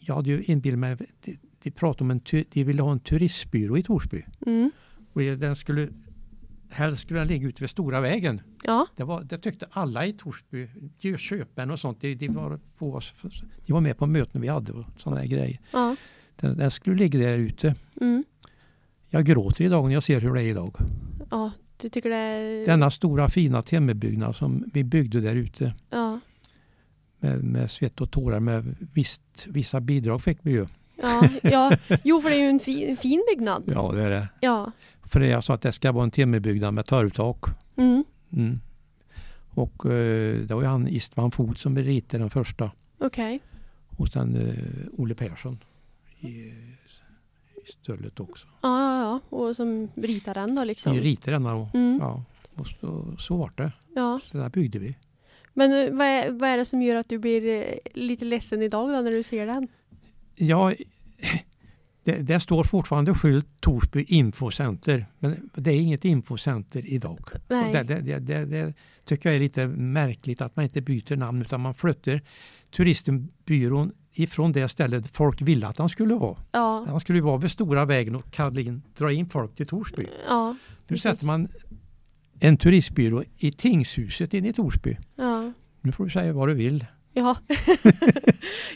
S2: jag hade ju inbillat mig... De, de pratade om en... tu- De ville ha en turistbyrå i Torsby.
S1: Mm.
S2: Och den skulle... Helst skulle den ligga ute vid stora vägen.
S1: Ja,
S2: Det, var, det tyckte alla i Torsby, de köpen och sånt, de, de, var på oss, de var med på möten vi hade och sådana här grejer.
S1: ja.
S2: Den, den skulle ligga där ute.
S1: Mm.
S2: Jag gråter idag när jag ser hur det är idag.
S1: Ja, du tycker det...
S2: Denna stora fina timmerbyggnad som vi byggde där ute
S1: Ja.
S2: med, med svett och tårar med visst, vissa bidrag fick vi ju.
S1: Ja, ja. Jo, för det är ju en fin, fin byggnad.
S2: Ja, det är det.
S1: Ja.
S2: För det jag sa att det ska vara en timmerbyggnad med torvtak.
S1: Mm.
S2: Mm. Och eh, det var ju han Istvan Fot som ritade den första.
S1: Okej.
S2: Och sen eh, Olle Persson i, i stöllet också.
S1: Ja, ja, ja. Och som ritar den då liksom.
S2: I ritarna och,
S1: Mm. Ja.
S2: ja, och så, så var det. Så där byggde vi.
S1: Men eh, vad är, vad är det som gör att du blir eh, lite ledsen idag då när du ser den?
S2: Ja, det, det står fortfarande skylt Torsby Infocenter. Men det är inget infocenter idag.
S1: Nej.
S2: Och Det, det, det, det, det tycker jag är lite märkligt att man inte byter namn utan man flyttar turistbyrån ifrån det stället folk ville att han skulle vara.
S1: Ja.
S2: Han skulle ju vara vid stora vägen och kalla in, dra in folk till Torsby.
S1: Ja.
S2: Nu
S1: Precis.
S2: sätter man en turistbyrå i tingshuset inne i Torsby.
S1: Ja.
S2: Nu får du säga vad du vill.
S1: Ja.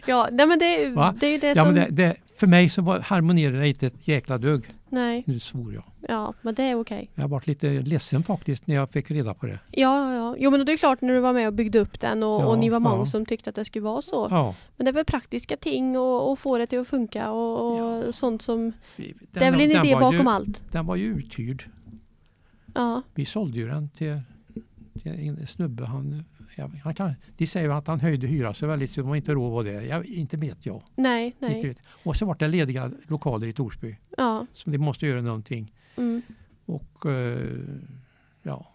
S1: ja. Nej men det,
S2: Va?
S1: det är ju det
S2: Ja,
S1: som...
S2: men det, det, För mig så var, harmonerade det inte ett jäkla dugg.
S1: Nej,
S2: Nu svor jag.
S1: ja, men det är okej.
S2: Jag har varit lite ledsen faktiskt när jag fick reda på det.
S1: Ja, ja, ja. Jo, men det är klart när du var med och byggde upp den och,
S2: Ja,
S1: och ni var många
S2: ja.
S1: som tyckte att det skulle vara så.
S2: Ja,
S1: Men det är väl praktiska ting och, och få det till att funka och, och sånt som...
S2: vi- den,
S1: det är väl en
S2: den
S1: idé
S2: var
S1: bakom
S2: ju,
S1: allt.
S2: Den var ju uthyrd.
S1: Ja,
S2: Vi sålde ju den till, till en snubbe. Han, ja, han kan, de säger att han höjde hyran så väldigt så de har inte råd att vara där. Jag, inte vet jag.
S1: nej, nej.
S2: Inte vet. Och så var det lediga lokaler i Torsby.
S1: Ja,
S2: Så de måste göra någonting.
S1: mm.
S2: Och eh, ja.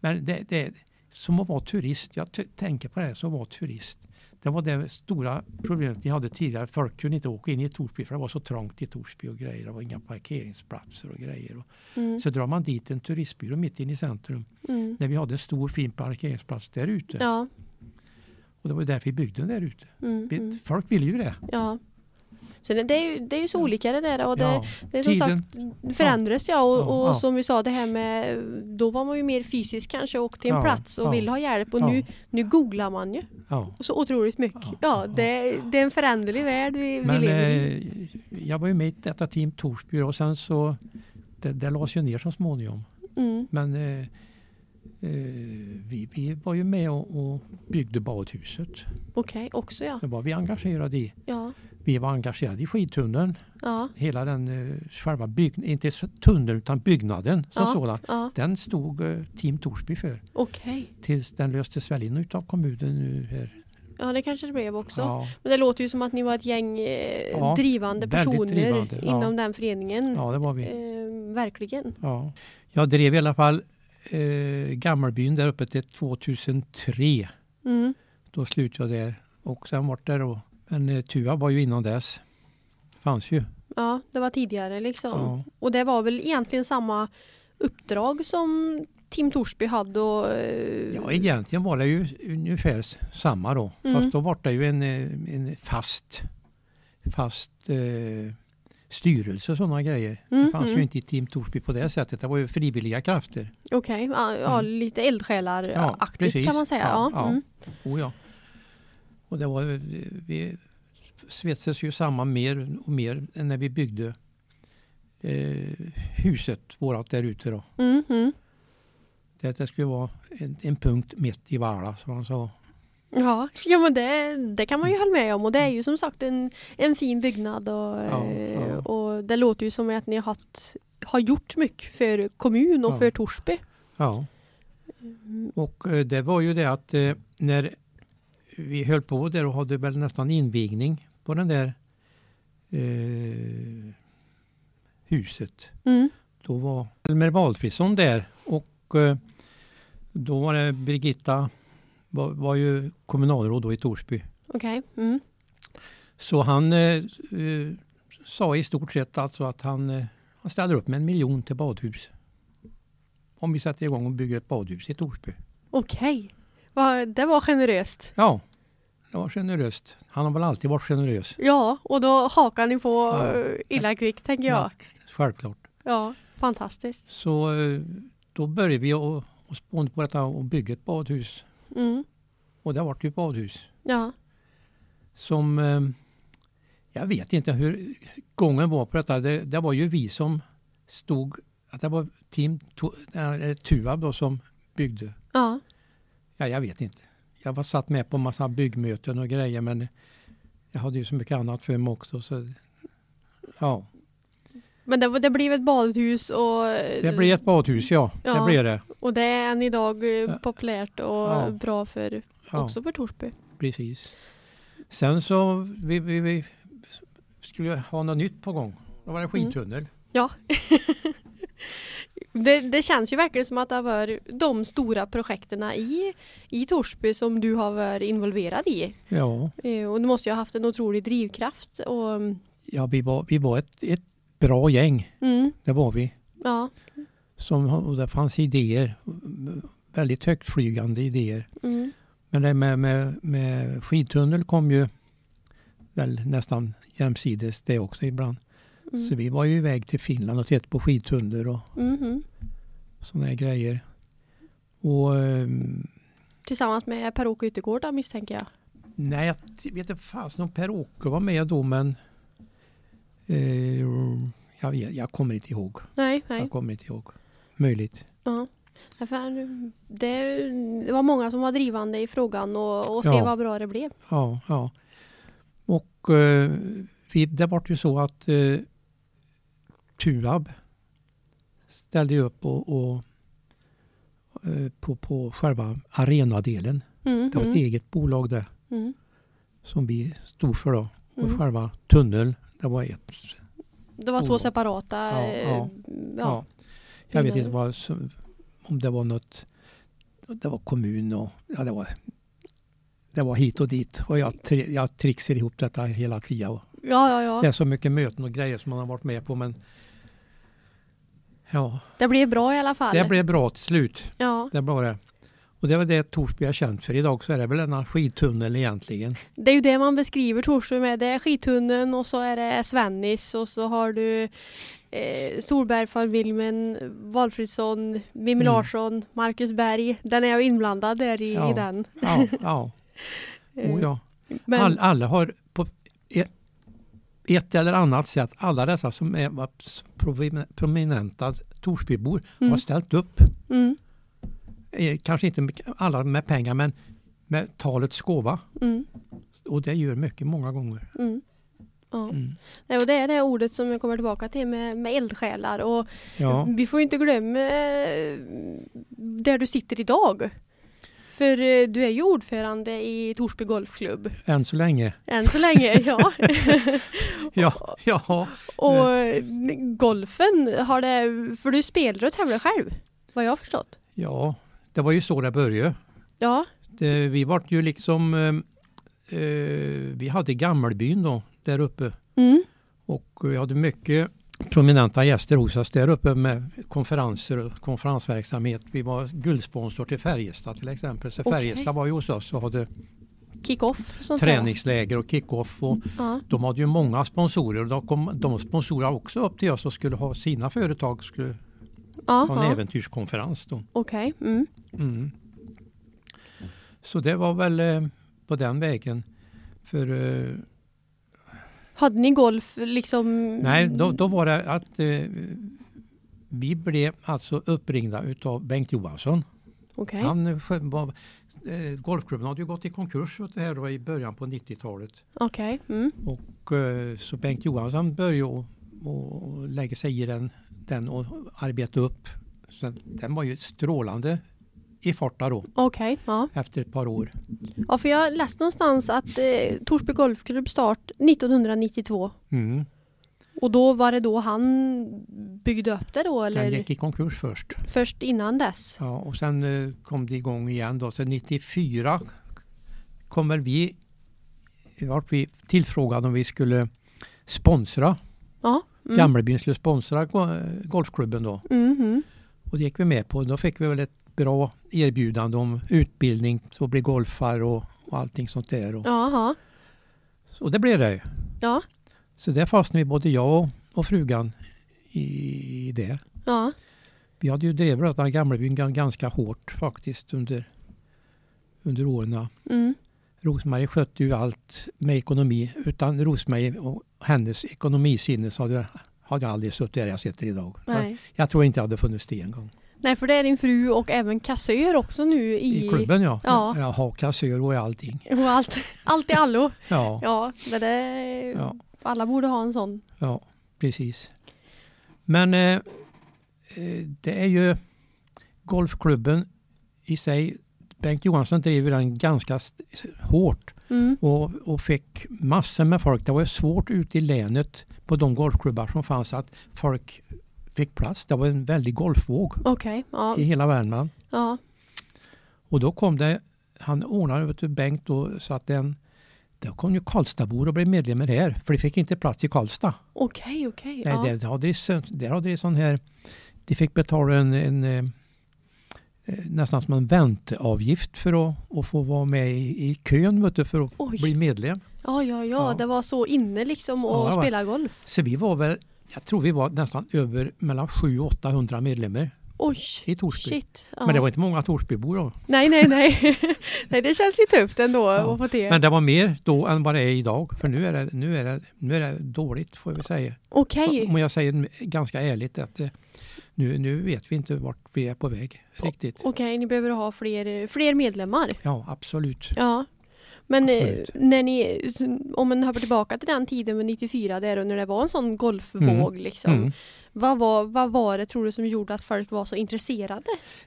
S2: Men det, det som att vara turist. Jag t- tänker på det här som att vara turist. Det var det stora problemet vi hade tidigare. Folk kunde inte åka in i Torsby för det var så trångt i Torsby och grejer. Det var inga parkeringsplatser och grejer. Och
S1: Mm.
S2: Så drar man dit en turistbyrå mitt inne i centrum.
S1: Mm.
S2: När vi hade en stor fin parkeringsplats där ute.
S1: Ja,
S2: Och det var därför vi byggde den där ute.
S1: mm.
S2: Vi-
S1: Mm.
S2: Folk ville ju det.
S1: ja. Så det, det, är ju, det är ju så olika det där och det,
S2: ja.
S1: det är som
S2: tiden.
S1: sagt förändras ja och,
S2: Ja,
S1: och
S2: ja.
S1: som vi sa det här med då var man ju mer fysisk kanske och åkte till en
S2: Ja,
S1: plats och
S2: ja.
S1: ville ha hjälp och
S2: Ja.
S1: nu, nu googlar man ju
S2: Ja.
S1: så otroligt mycket. Ja,
S2: Ja, ja.
S1: det, det är en föränderlig värld vi, vi
S2: Men
S1: lever i.
S2: eh, jag var ju med i detta team Torsby och sen så det, det lades ju ner så småningom.
S1: Mm.
S2: Men eh, eh, vi, vi var ju med och, och byggde badhuset.
S1: Okej, också ja.
S2: Det var vi engagerade i.
S1: Ja,
S2: Vi var engagerade i skidtunneln.
S1: ja,
S2: Hela den eh, själva byggnaden, inte s- tunneln utan byggnaden som
S1: Ja.
S2: sådan.
S1: ja.
S2: Den stod eh, team Torsby för.
S1: okej.
S2: Tills den löstes väl in utav kommunen nu. Här.
S1: Ja, det kanske det blev också.
S2: Ja,
S1: Men det låter ju som att ni var ett gäng eh,
S2: Ja,
S1: drivande
S2: väldigt
S1: personer
S2: drivande, ja.
S1: inom den föreningen.
S2: ja, det var vi.
S1: Eh, verkligen.
S2: Ja. Jag drev i alla fall eh, Gammelbyn där uppe till 2003.
S1: Mm.
S2: Då slutade jag där och sen vart det då. Men eh, Tua var ju innan dess. Fanns ju.
S1: Ja, det var tidigare liksom.
S2: Ja.
S1: Och det var väl egentligen samma uppdrag som Tim Torsby hade och... eh,
S2: ja, egentligen var det ju ungefär s- samma då.
S1: Mm.
S2: Fast då vart det ju en, eh, en fast, fast eh, styrelse och sådana grejer.
S1: Mm,
S2: Det fanns
S1: mm.
S2: ju inte i Team Torsby på det sättet. Det var ju frivilliga krafter.
S1: Okej, ja, ja,
S2: Mm.
S1: lite eldsjälaraktigt
S2: precis.
S1: kan man säga. Ja,
S2: Ja, ja.
S1: Mm.
S2: Oh, ja. Och det var, vi- vi svetsades ju samman mer och mer än när vi byggde eh, huset vårat där ute då.
S1: Mm, mm.
S2: Det, att det skulle vara en, en punkt mitt i Vara som han sa.
S1: ja. ja men det, det kan man ju hålla med om och det är ju som sagt en, en fin byggnad och,
S2: Ja,
S1: eh,
S2: ja.
S1: och det låter ju som att ni har, haft, har gjort mycket för kommun och
S2: Ja.
S1: för Torsby.
S2: Ja. Och eh, det var ju det att eh, när vi höll på där och hade väl nästan invigning på den där eh, huset.
S1: Mm.
S2: Då var Elmer Valfridsson där och eh, då var det Birgitta var, var ju kommunalråd då i Torsby.
S1: Okej. Mm.
S2: Så han eh, eh, sa i stort sett alltså att han, eh, han ställer upp med en miljon till badhus. Om vi sätter igång och bygger ett badhus i Torsby.
S1: Okej. Va- Det var generöst.
S2: Ja, det var generöst. Han har väl alltid varit generös.
S1: Ja, och då hakar ni på
S2: Ja.
S1: eh, illa kvickt tänker jag.
S2: Ja, Självklart.
S1: Ja, fantastiskt.
S2: Så eh, då började vi att att spåna på detta och bygga ett badhus.
S1: Mm.
S2: Och det vart ju ett badhus.
S1: Ja,
S2: som eh, jag vet inte hur gången var på detta. Det, det var ju vi som stod, att det var team to, eh, Tuab då som byggde.
S1: ja,
S2: Ja, jag vet inte. Jag var satt med på massa byggmöten och grejer men jag hade ju så mycket annat för mig också. Så, ja,
S1: men det, var- det blev ett badhus och
S2: det blev ett badhus ja.
S1: Ja.
S2: Det blev det.
S1: Och det är än idag eh,
S2: Ja.
S1: populärt och
S2: Ja.
S1: bra för
S2: Ja,
S1: också för Torsby.
S2: precis. Sen så vi, vi, vi skulle ha något nytt på gång. Då
S1: Mm.
S2: var det skidtunnel.
S1: Det, det känns ju verkligen som att det har varit de stora projekten i, i Torsby som du har varit involverad i.
S2: Ja.
S1: Eh, Och du måste ju ha haft en otrolig drivkraft. Och,
S2: Ja, vi var, vi var ett, ett bra gäng,
S1: mm,
S2: det var vi.
S1: ja,
S2: Som, och det fanns idéer, väldigt högtflygande idéer.
S1: mm,
S2: Men det med, med, med skidtunnel kom ju väl nästan jämsides det också ibland. Så
S1: mm,
S2: vi var ju iväg till Finland och tittade på skidtunnor och
S1: mm, mm.
S2: sådana här grejer. Och ehm,
S1: Tillsammans med Per-Åke Yttergård då, misstänker jag.
S2: nej, jag vet inte fasen om Per-Åke var med då men Eh, jag, vet- jag kommer inte ihåg.
S1: Nej, nej.
S2: Jag kommer inte ihåg. Möjligt.
S1: Ja. Därför, det, det var många som var drivande i frågan och, och se
S2: Ja.
S1: vad bra det blev.
S2: Ja, ja. Och eh, vi, det var ju så att eh, TUAB ställde ju upp och, och eh, på, på själva arenadelen.
S1: Mm,
S2: Det var ett
S1: mm,
S2: eget bolag det
S1: mm,
S2: som vi stod för då. Och
S1: mm.
S2: själva tunneln, det var ett.
S1: Det var två
S2: bolag.
S1: separata...
S2: Ja,
S1: eh,
S2: ja.
S1: ja.
S2: Ja. Jag vet
S1: Innan-
S2: inte vad, som- om det var något, det var kommun och ja, det var det var hit och dit och jag, tri- jag trixar ihop detta hela tiden.
S1: ja, ja, ja.
S2: Det är så mycket möten och grejer som man har varit med på men Ja,
S1: Det blev bra i alla fall.
S2: det blev bra till slut.
S1: ja.
S2: Det var det. Och det var det Torsby är känt för idag så är det väl denna skidtunnel egentligen.
S1: Det är ju det man beskriver Torsby med. Det är skidtunneln och så är det Svennis och så har du eh, Solbergfamiljen, Valfridsson, Mimmi
S2: Mm.
S1: Larsson, Marcus Berg. Den är jag inblandad där i,
S2: Ja.
S1: i den.
S2: Ja, ja.
S1: Eh,
S2: Oh, ja.
S1: Men,
S2: All, alla har på e- ett eller annat sätt, alla dessa som är var s- provin- prominenta Torsbybor
S1: Mm.
S2: har ställt upp.
S1: mm,
S2: Eh, Kanske inte mycket- alla med pengar men med talets gåva.
S1: mm,
S2: Och det gör mycket många gånger.
S1: mm. Ja.
S2: Mm.
S1: Nej, och det är det ordet som jag kommer tillbaka till med, med eldsjälar. Och
S2: Ja.
S1: Vi får ju inte glömma eh, där du sitter idag. För eh, du är ju ordförande i Torsby Golfklubb
S2: Än så länge.
S1: än så länge. ja.
S2: Ja, ja.
S1: Och eh, golfen, har det, för du spelar och tävlar själv, vad jag har förstått.
S2: ja, det var ju så det började.
S1: Ja,
S2: Det, vi vart ju liksom, eh, eh, vi hade Gammelbyn då där uppe
S1: mm.
S2: och vi hade mycket prominenta gäster hos oss där uppe med konferenser och konferensverksamhet. Vi var guldsponsor till Färjestad till exempel. Så
S1: Okej.
S2: Färjestad var ju hos oss och hade
S1: kick-off. Sånt där, va?
S2: träningsläger och kickoff. Och
S1: Ja.
S2: de hade ju många sponsorer och de, kom, de sponsorerade också upp till oss och skulle ha sina företag, skulle
S1: Ja,
S2: ha en
S1: ja.
S2: äventyrskonferens då.
S1: okej. Mm.
S2: Mm. Så det var väl eh, på den vägen. För, eh,
S1: Hade ni golf liksom?
S2: nej, då, då var det att eh, vi blev alltså uppringda utav Bengt Johansson.
S1: Okej.
S2: Han eh, skö- var, eh, golfklubben hade ju gått i konkurs åt det här då i början på 90-talet.
S1: Okej. Mm.
S2: Och, eh, så Bengt Johansson började och, och lägga sig i den, den och arbeta upp. Så den var ju strålande i farta då
S1: Okej, ja.
S2: efter ett par år.
S1: ja. för jag läste någonstans att eh, Torsby Golfklubb start 1992.
S2: Mm.
S1: Och då var det då han byggde upp det då eller?
S2: Den gick i konkurs först.
S1: Först innan dess?
S2: Ja, och sen eh, kom det igång igen då. Så 94 kommer vi, vart vi tillfrågade om vi skulle sponsra.
S1: Ja. Mm.
S2: Gamlebyn skulle sponsra go- eh, golfklubben då.
S1: Mm, mm.
S2: Och det gick vi med på. Då fick vi väl ett bra erbjudande om utbildning, så bli golfare och, och allting sånt där. Och,
S1: Jaha.
S2: och det blev det ju.
S1: Ja.
S2: Så där fastnade vi både jag och, och frugan i, i det.
S1: Ja.
S2: Vi hade ju drivit den här Gamlebyn gan- ganska hårt faktiskt under, under åren.
S1: Mm.
S2: Rosmarie skötte ju allt med ekonomi. Utan Rosmarie och hennes ekonomisinne så hade jag, hade jag aldrig suttit där jag sitter idag.
S1: Nej.
S2: Jag tror inte jag hade funnits det en gång.
S1: Nej, för det är din fru och även kassör också nu i...
S2: I klubben ja.
S1: Ja.
S2: Jag har kassör och allting.
S1: Och allt, allt i allo.
S2: Ja,
S1: Ja, det där...
S2: ja,
S1: Alla borde ha en sån.
S2: ja precis. Men eh, eh, det är ju golfklubben i sig. Bengt Johansson driver den ganska st- hårt.
S1: Mm.
S2: och, och fick massor med folk. Det var ju svårt ute i länet på de golfklubbar som fanns att folk fick plats. Det var en väldig golfvåg
S1: Okej, ja.
S2: i hela Värmland.
S1: ja.
S2: Och då kom det, han ordnade vet du, Bengt då, så att den, då kom ju Karlstadbor och blev medlemmar här för de fick inte plats i Karlstad.
S1: Okej, okej.
S2: Nej,
S1: Ja.
S2: där hade de sö- där hade de sån här, de fick betala en, en eh, eh, nästan som en vänteavgift för att, att få vara med i, i kön vet du, för att bli
S1: Oj.
S2: medlem.
S1: Ja, ja, ja.
S2: Ja.
S1: Det var så inne liksom
S2: Ja,
S1: att
S2: det var-
S1: spela golf.
S2: Så vi var väl, jag tror vi var nästan över mellan 700 och 800 medlemmar.
S1: Oj,
S2: i Torsby.
S1: shit. Ja.
S2: Men det var inte många Torsbybor då.
S1: Nej, nej, nej. nej, det känns ju tufft ändå
S2: Ja,
S1: att få det.
S2: Men det var mer då än vad det är idag. För nu är det, nu är det, nu är det dåligt får vi säga.
S1: Okej.
S2: Om jag säger ganska ärligt att eh, nu, nu vet vi inte vart vi är på väg riktigt.
S1: Okej, ni behöver ha fler, fler medlemmar.
S2: Ja, absolut.
S1: Ja. Men eh,
S2: Absolut.
S1: när ni, om man hoppar tillbaka till den tiden med 94 där och när det var en sån golfvåg liksom.
S2: Mm.
S1: Vad, var, vad var det tror du som gjorde att folk var så intresserade?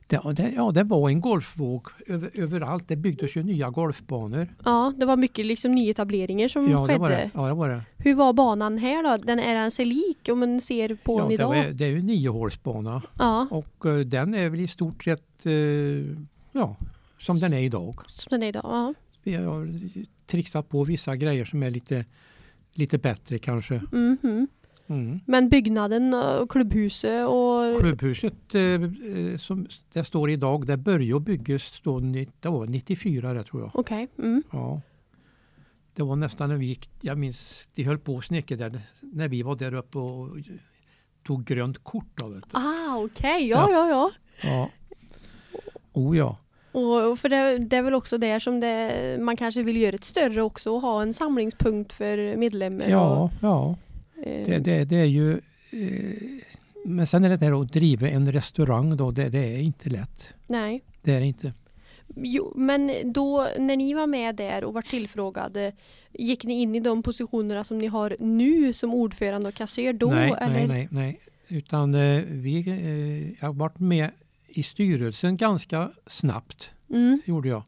S2: Det, ja, det, ja, det var en golfvåg över, överallt. Det byggdes ju nya golfbanor.
S1: Ja, det var mycket liksom nyetableringar som
S2: Ja, det
S1: skedde.
S2: var det. Ja, det, var det.
S1: Hur var banan här då? Den är den sig lik om man ser på
S2: Ja,
S1: den
S2: det,
S1: idag?
S2: var, det är ju en niohålsbana
S1: Ja,
S2: och eh, den är väl i stort sett eh, ja, som den är idag.
S1: som den är idag. Ja.
S2: Vi har trixat på vissa grejer som är lite, lite bättre kanske.
S1: Mhm.
S2: Mm.
S1: Men byggnaden och klubbhuset och...
S2: Klubbhuset eh, eh, som det står idag, det började byggas då 19, 94 det tror jag.
S1: Okej. Mm.
S2: Ja. Det var nästan när vi gick, jag minns, de höll på och snicka där när vi var där uppe och tog grönt kort av det.
S1: Ah, okej. Ja, ja, ja.
S2: Ja. Oh ja.
S1: Och, och för det, det är väl också där som det, man kanske vill göra ett större också och ha en samlingspunkt för medlemmar.
S2: Ja, ja.
S1: Och, eh,
S2: Det, det, det är ju... Eh, men sen är det där att driva en restaurang då, det, det är inte lätt.
S1: Nej.
S2: Det är det inte.
S1: Jo, men då när ni var med där och var tillfrågade, gick ni in i de positionerna som ni har nu som ordförande och kassör då?
S2: nej,
S1: eller?
S2: nej, nej, nej. Utan eh, vi... Eh, jag har varit med i styrelsen ganska snabbt,
S1: Mm,
S2: gjorde jag.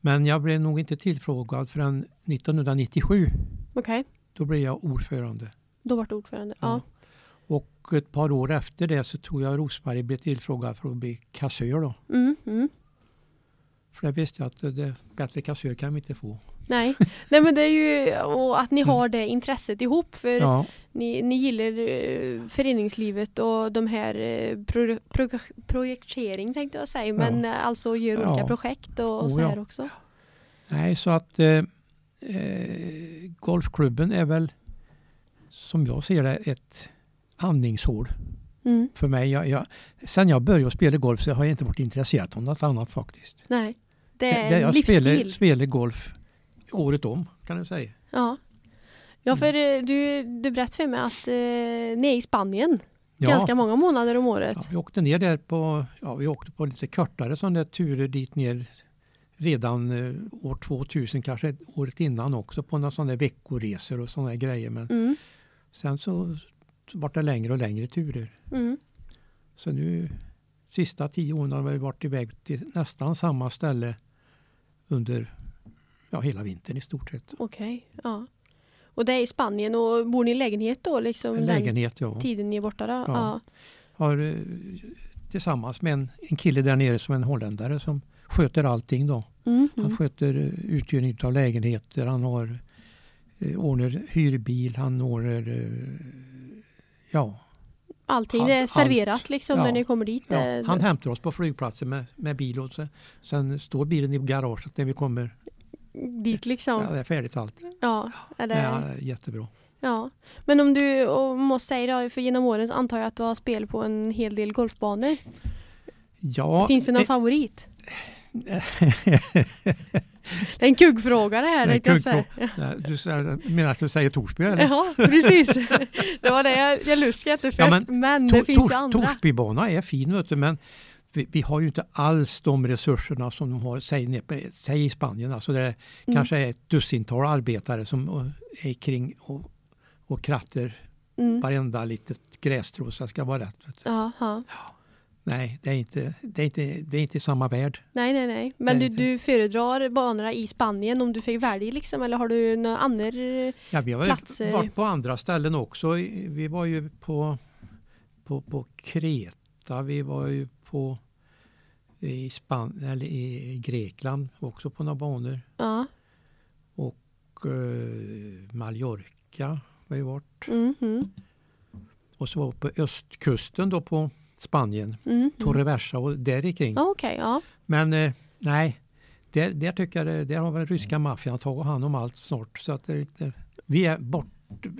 S2: Men jag blev nog inte tillfrågad förrän 1997.
S1: Okej,
S2: Då blev jag ordförande.
S1: då var du ordförande. Ja.
S2: Och ett par år efter det så tror jag Rosmarie blev tillfrågad för att bli kassör då.
S1: Mm, mm.
S2: För jag visste att eh, det, bättre kassör kan vi inte få.
S1: Nej. nej, men det är ju och att ni har det intresset ihop för
S2: Ja.
S1: ni, ni gillar eh, föreningslivet och de här eh, pro, pro, projektering tänkte jag säga, men eh, alltså gör
S2: Ja.
S1: olika projekt och, och så
S2: Oh, ja.
S1: här också.
S2: Nej, så att eh, eh, golfklubben är väl som jag ser det ett andningshål
S1: Mm,
S2: för mig. Jag, jag, sen jag började spela golf så har jag inte varit intresserad av något annat faktiskt.
S1: nej, det är
S2: Det-
S1: en
S2: jag
S1: Eh, livsstil.
S2: spelar, spelar golf året om kan du säga.
S1: Ja.
S2: Mm.
S1: Ja, för eh, du, du berättade för mig att eh, ni är i Spanien ganska många månader om året.
S2: ja, vi åkte ner där på, ja vi åkte på lite kortare sådana där turer dit ner redan eh, år 2000 kanske året innan också på några sådana där veckoresor och sådana där grejer. Men
S1: Mm,
S2: sen så vart det längre och längre turer.
S1: mm.
S2: Så nu sista tio åren har vi varit iväg till nästan samma ställe under ja, hela vintern i stort sett.
S1: Okej, ja. Och det är i Spanien och bor ni i lägenhet då liksom
S2: Lägenhet ja.
S1: den tiden ni är borta? Då? Ja. ja.
S2: Har, eh, tillsammans med en, en kille där nere som är en holländare som sköter allting då.
S1: Mm, mm.
S2: Han sköter eh, uthyrning av lägenheter, han har eh, ordnar hyrbil, han ordnar eh, ja,
S1: Allting
S2: all-
S1: det är serverat
S2: allt.
S1: liksom
S2: Ja.
S1: när ni kommer dit.
S2: ja,
S1: eh,
S2: han hämtar oss på flygplatsen med, med bil och sen, sen står bilen i garaget när vi kommer.
S1: Dit liksom.
S2: Ja, det är färdigt allt.
S1: Ja.
S2: Det
S1: Eller, ja.
S2: är jättebra.
S1: Men om du och måste säga då, för genom åren så antar jag att du har spel på en hel del golfbanor.
S2: Ja,
S1: Finns det någon
S2: det-
S1: favorit? Det är en kuggfråga det här.
S2: Det är en
S1: tänkte jag säga.
S2: Nej, du säger- menar att du säger Torsby eller?
S1: Ja, precis. Det var det jag, jag luskade efter
S2: Ja,
S1: först. men, det
S2: Tor-
S1: finns
S2: Tors-
S1: ju andra.
S2: Torsbybana är fin vet du, men vi, vi har ju inte alls de resurserna som de har, säg, nere på- säg i Spanien. Alltså det
S1: Mm.
S2: kanske är ett dussintal arbetare som eh, är kring och, och kratter
S1: Mm.
S2: varenda litet grästrå så det ska vara rätt. Vet du.
S1: Ja, ja.
S2: Nej, det är, inte, det, är inte, det är inte samma värld.
S1: Nej, nej, nej. Men
S2: Nej,
S1: du, du föredrar banorna i Spanien om du fick välja liksom, eller har du några andra?
S2: Ja, vi har
S1: Platser.
S2: ju varit på andra ställen också. Vi var ju på, på, på Kreta, vi var ju på i, Span- eller i Grekland också på några banor.
S1: Ja,
S2: Och, eh, Mallorca var ju vart.
S1: mm, mm,
S2: Och så var vi på östkusten då på Spanien,
S1: mm.
S2: Torrevieja och där i kring.
S1: Ja, okej, ja.
S2: Men eh, nej, där, där tycker jag det, där har väl ryska maffian tagit hand om allt snart. Så att det, det, eh, vi är bort,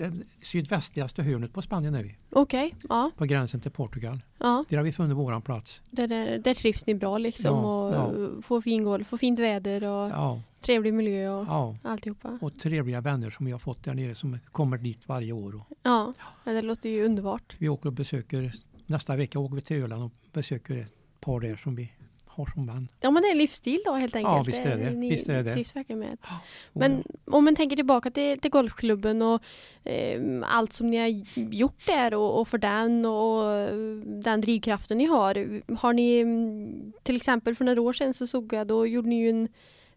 S2: eh, sydvästligaste hörnet på Spanien är vi.
S1: Okej, ja.
S2: På gränsen till Portugal.
S1: ja.
S2: Där har vi funnit våran plats.
S1: Där, där, där trivs ni bra liksom
S2: Ja,
S1: och
S2: ja.
S1: får fin golf, får fint väder och
S2: Ja,
S1: trevlig miljö och
S2: ja.
S1: alltihopa.
S2: Och trevliga vänner som vi har fått där nere som kommer dit varje år. Och
S1: Ja. ja, det låter ju underbart.
S2: vi åker och besöker, nästa vecka åker vi till Öland och besöker ett par där som vi har som vän.
S1: Ja men det är en livsstil då helt enkelt.
S2: visst är det.
S1: Ni
S2: Visst är det det.
S1: trivs verkligen med.
S2: Och
S1: Men om man tänker tillbaka till, till golfklubben och eh, allt som ni har gjort där och, och för den och eh, den drivkraften ni har. Har ni mm, till exempel för några år sedan så såg jag då gjorde ni ju en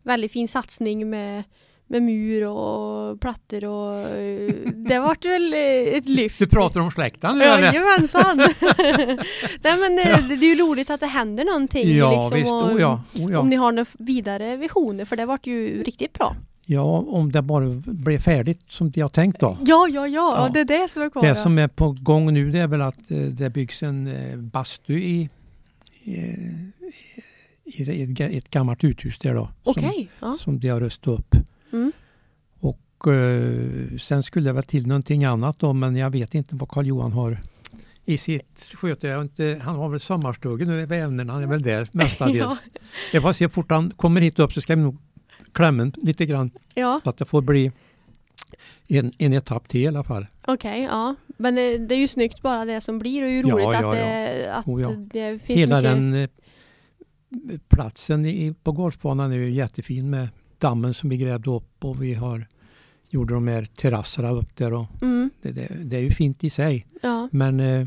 S1: väldigt fin satsning med med mur och plattor och eh, det vart väl eh, ett lyft.
S2: Du pratar om släkten nu eller?
S1: Jajamensan! Nej men eh, det är ju roligt att det händer någonting.
S2: Ja
S1: liksom,
S2: visst,
S1: och,
S2: oh, ja. Oh,
S1: Om
S2: ja.
S1: ni har några vidare visioner för det vart ju riktigt bra.
S2: ja, om det bara blev färdigt som jag tänkt då.
S1: Ja, ja, ja,
S2: Ja.
S1: det är det som är kvar.
S2: Det
S1: ja.
S2: som är på gång nu det är väl att eh, det byggs en eh, bastu i, i, i, i ett, ga- ett gammalt uthus där då.
S1: Okej,
S2: Som,
S1: ja.
S2: som de har rustat upp.
S1: Mm.
S2: Och eh, sen skulle det väl till någonting annat då men jag vet inte vad Karl-Johan har i sitt sköte. Jag har inte, han har väl sommarstugan nu i Vänern, han är väl där mestadels.
S1: Ja.
S2: Jag får se, fort han kommer hit upp så ska vi nog klämma en lite grann
S1: ja
S2: så att det får bli en, en etapp till i alla fall.
S1: okej, ja. Men eh, det är ju snyggt bara det som blir och det är ju
S2: Ja,
S1: roligt
S2: ja,
S1: att, det, att
S2: Oh, ja.
S1: det finns
S2: Hela
S1: mycket.
S2: den eh, platsen i, på golfbanan är ju jättefin med dammen som vi grävde upp och vi har gjorde de här terrasserna upp där och
S1: Mm,
S2: det, det, det är ju fint i sig.
S1: ja.
S2: Men eh,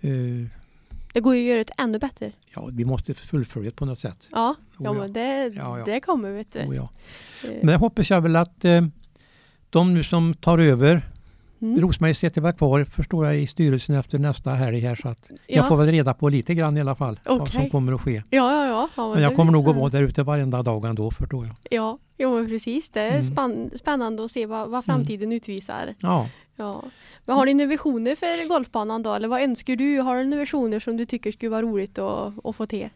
S2: eh,
S1: Det går ju att göra det ännu bättre.
S2: ja, vi måste fullfölja det på något sätt.
S1: Ja,
S2: Oh,
S1: ja, men det,
S2: Ja, ja.
S1: det kommer vet du.
S2: Oh, ja.
S1: Eh,
S2: Men jag hoppas jag väl att eh, de nu som tar över,
S1: mm.
S2: Rosmarie sitter väl kvar förstår jag i styrelsen efter nästa helg här så att jag får
S1: ja.
S2: väl reda på lite grann i alla fall vad som
S1: Okej.
S2: kommer att ske.
S1: ja, ja, ja. ja
S2: Men jag
S1: det
S2: kommer
S1: blir
S2: nog att vara
S1: spännande.
S2: där ute varenda dag ändå förstår jag.
S1: Ja, jo, men precis. Det är
S2: Mm.
S1: spann- spännande att se vad, vad framtiden utvisar.
S2: Ja.
S1: Ja. Men har du några visioner för golfbanan då? Eller vad önskar du? Har du några visioner som du tycker skulle vara roligt att, att få till?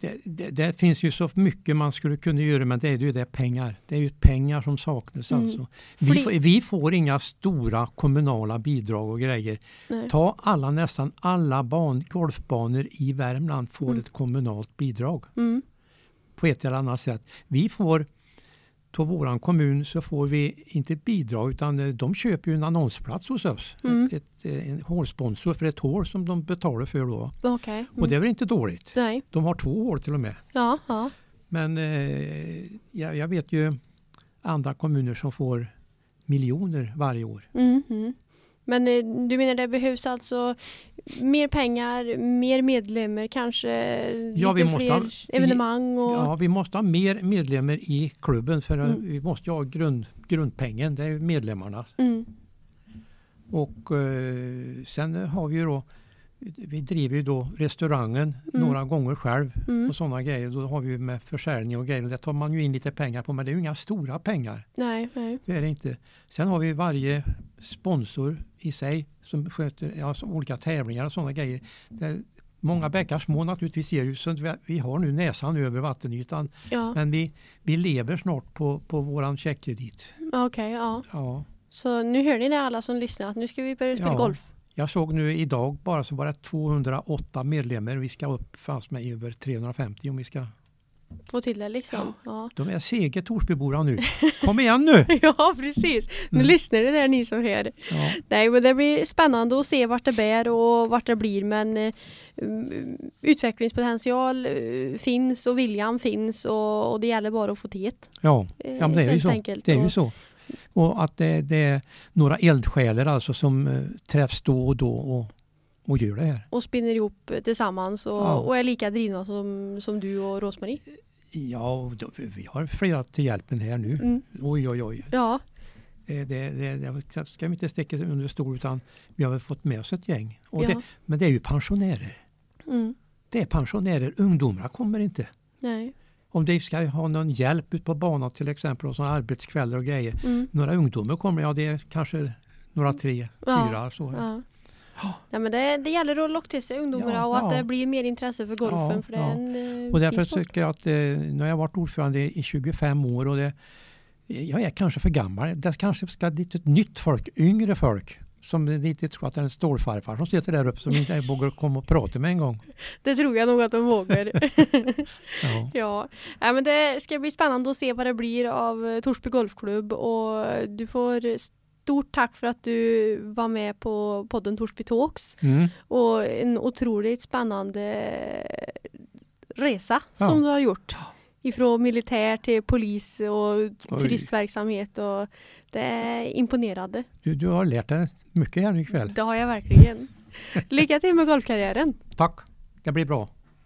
S2: Det, det, det finns ju så mycket man skulle kunna göra men det är ju det pengar. Det är ju pengar som saknas
S1: Mm.
S2: alltså.
S1: Fly-
S2: Vi, får- vi får inga stora kommunala bidrag och grejer.
S1: Nej.
S2: Ta alla, nästan alla ban, golfbanor i Värmland får
S1: Mm.
S2: ett kommunalt bidrag
S1: Mm.
S2: på ett eller annat sätt. Vi får, till våran kommun så får vi inte bidrag utan eh, de köper ju en annonsplats hos oss.
S1: Mm.
S2: Ett, ett, eh, en hålsponsor för ett hål som de betalar för då.
S1: Okej.
S2: Och
S1: Mm.
S2: det är väl inte dåligt.
S1: Nej.
S2: De har två hål till och med.
S1: Ja, ja.
S2: Men eh, jag, jag vet ju andra kommuner som får miljoner varje år.
S1: Mm, mm. Men eh, du menar det behövs alltså mer pengar, mer medlemmar kanske?
S2: Ja, vi
S1: lite
S2: måste
S1: fler
S2: ha-
S1: evenemang och...
S2: Ja, vi måste ha mer medlemmar i klubben för eh,
S1: Mm.
S2: vi måste ju ha grund, grundpengen, det är ju medlemmarna.
S1: Mm.
S2: Och eh, sen har vi ju då, vi driver ju då restaurangen
S1: Mm.
S2: några gånger själv
S1: Mm.
S2: och sådana grejer. Då har vi ju med försäljning och grejer, det tar man ju in lite pengar på men det är ju inga stora pengar.
S1: Nej, nej.
S2: Det är det inte. Sen har vi varje sponsor i sig som sköter ja, som olika tävlingar och sådana grejer. Det, många bäckar små naturligtvis ger ju, så vi- vi har nu näsan över vattenytan.
S1: Ja,
S2: Men vi, vi lever snart på, på våran checkkredit.
S1: okej, ja.
S2: Ja.
S1: Så nu hör ni det alla som lyssnar att nu ska vi börja spela
S2: Ja.
S1: golf.
S2: Jag såg nu idag bara så var det 208 medlemmar. Vi ska upp fast med över 350 om vi ska.
S1: Få till det liksom. Ja.
S2: De är seger Torsbyborna nu. Kom igen nu!
S1: Ja, precis. Nu
S2: Mm.
S1: lyssnar det där ni som hör.
S2: Ja,
S1: Nej, men det blir spännande att se vart det bär och vart det blir. Men eh, mm, utvecklingspotential eh, finns och viljan finns och, och det gäller bara att få till det.
S2: ja.
S1: eh,
S2: ja men det är ju
S1: helt
S2: så.
S1: enkelt.
S2: Det är ju
S1: Och-
S2: så. Och att det, det är några eldsjälar alltså som eh, träffs då och då och, och gör det här.
S1: Och spinner ihop eh, tillsammans och,
S2: Ja.
S1: och är lika drivna som, som du och Rosmarie.
S2: Ja, och då, vi har flera till hjälpen här nu.
S1: Mm.
S2: Oj, oj, oj.
S1: Ja,
S2: Eh, Det, det, det ska vi inte sticka under stol utan vi har väl fått med oss ett gäng. Och
S1: ja.
S2: det, men det är ju pensionärer.
S1: Mm.
S2: Det är pensionärer. Ungdomar kommer inte.
S1: Nej.
S2: Om de ska ha någon hjälp ut på banan till exempel och sådana arbetskvällar och grejer.
S1: Mm.
S2: Några ungdomar kommer, ja det är kanske några tre,
S1: Ja,
S2: fyra. Så.
S1: Ja.
S2: Ja.
S1: Nej, men det, det gäller att locka till sig ungdomarna
S2: Ja,
S1: och att
S2: ja.
S1: det blir mer intresse för golfen.
S2: Ja,
S1: för det är
S2: ja.
S1: en, eh,
S2: Och därför
S1: fin sport.
S2: tycker jag att eh, nu har jag varit ordförande i 25 år och det, jag är kanske för gammal. Det kanske ska dit ett nytt folk, yngre folk. Som inte tror att det är en stålfarfar som sitter där uppe som inte vågar komma och prata med en gång.
S1: Det tror jag nog att de vågar. ja. ja. ja, men det ska bli spännande att se vad det blir av eh, Torsby Golfklubb och eh, du får stort tack för att du var med på podden Torsby Talks mm. och en otroligt spännande eh, resa ja. som du har gjort ifrån militär till polis och Oj. turistverksamhet och det är imponerande.
S2: Du, du har lärt dig mycket här ikväll.
S1: Det har jag verkligen. Lycka till med golfkarriären.
S2: Tack, det blir bra.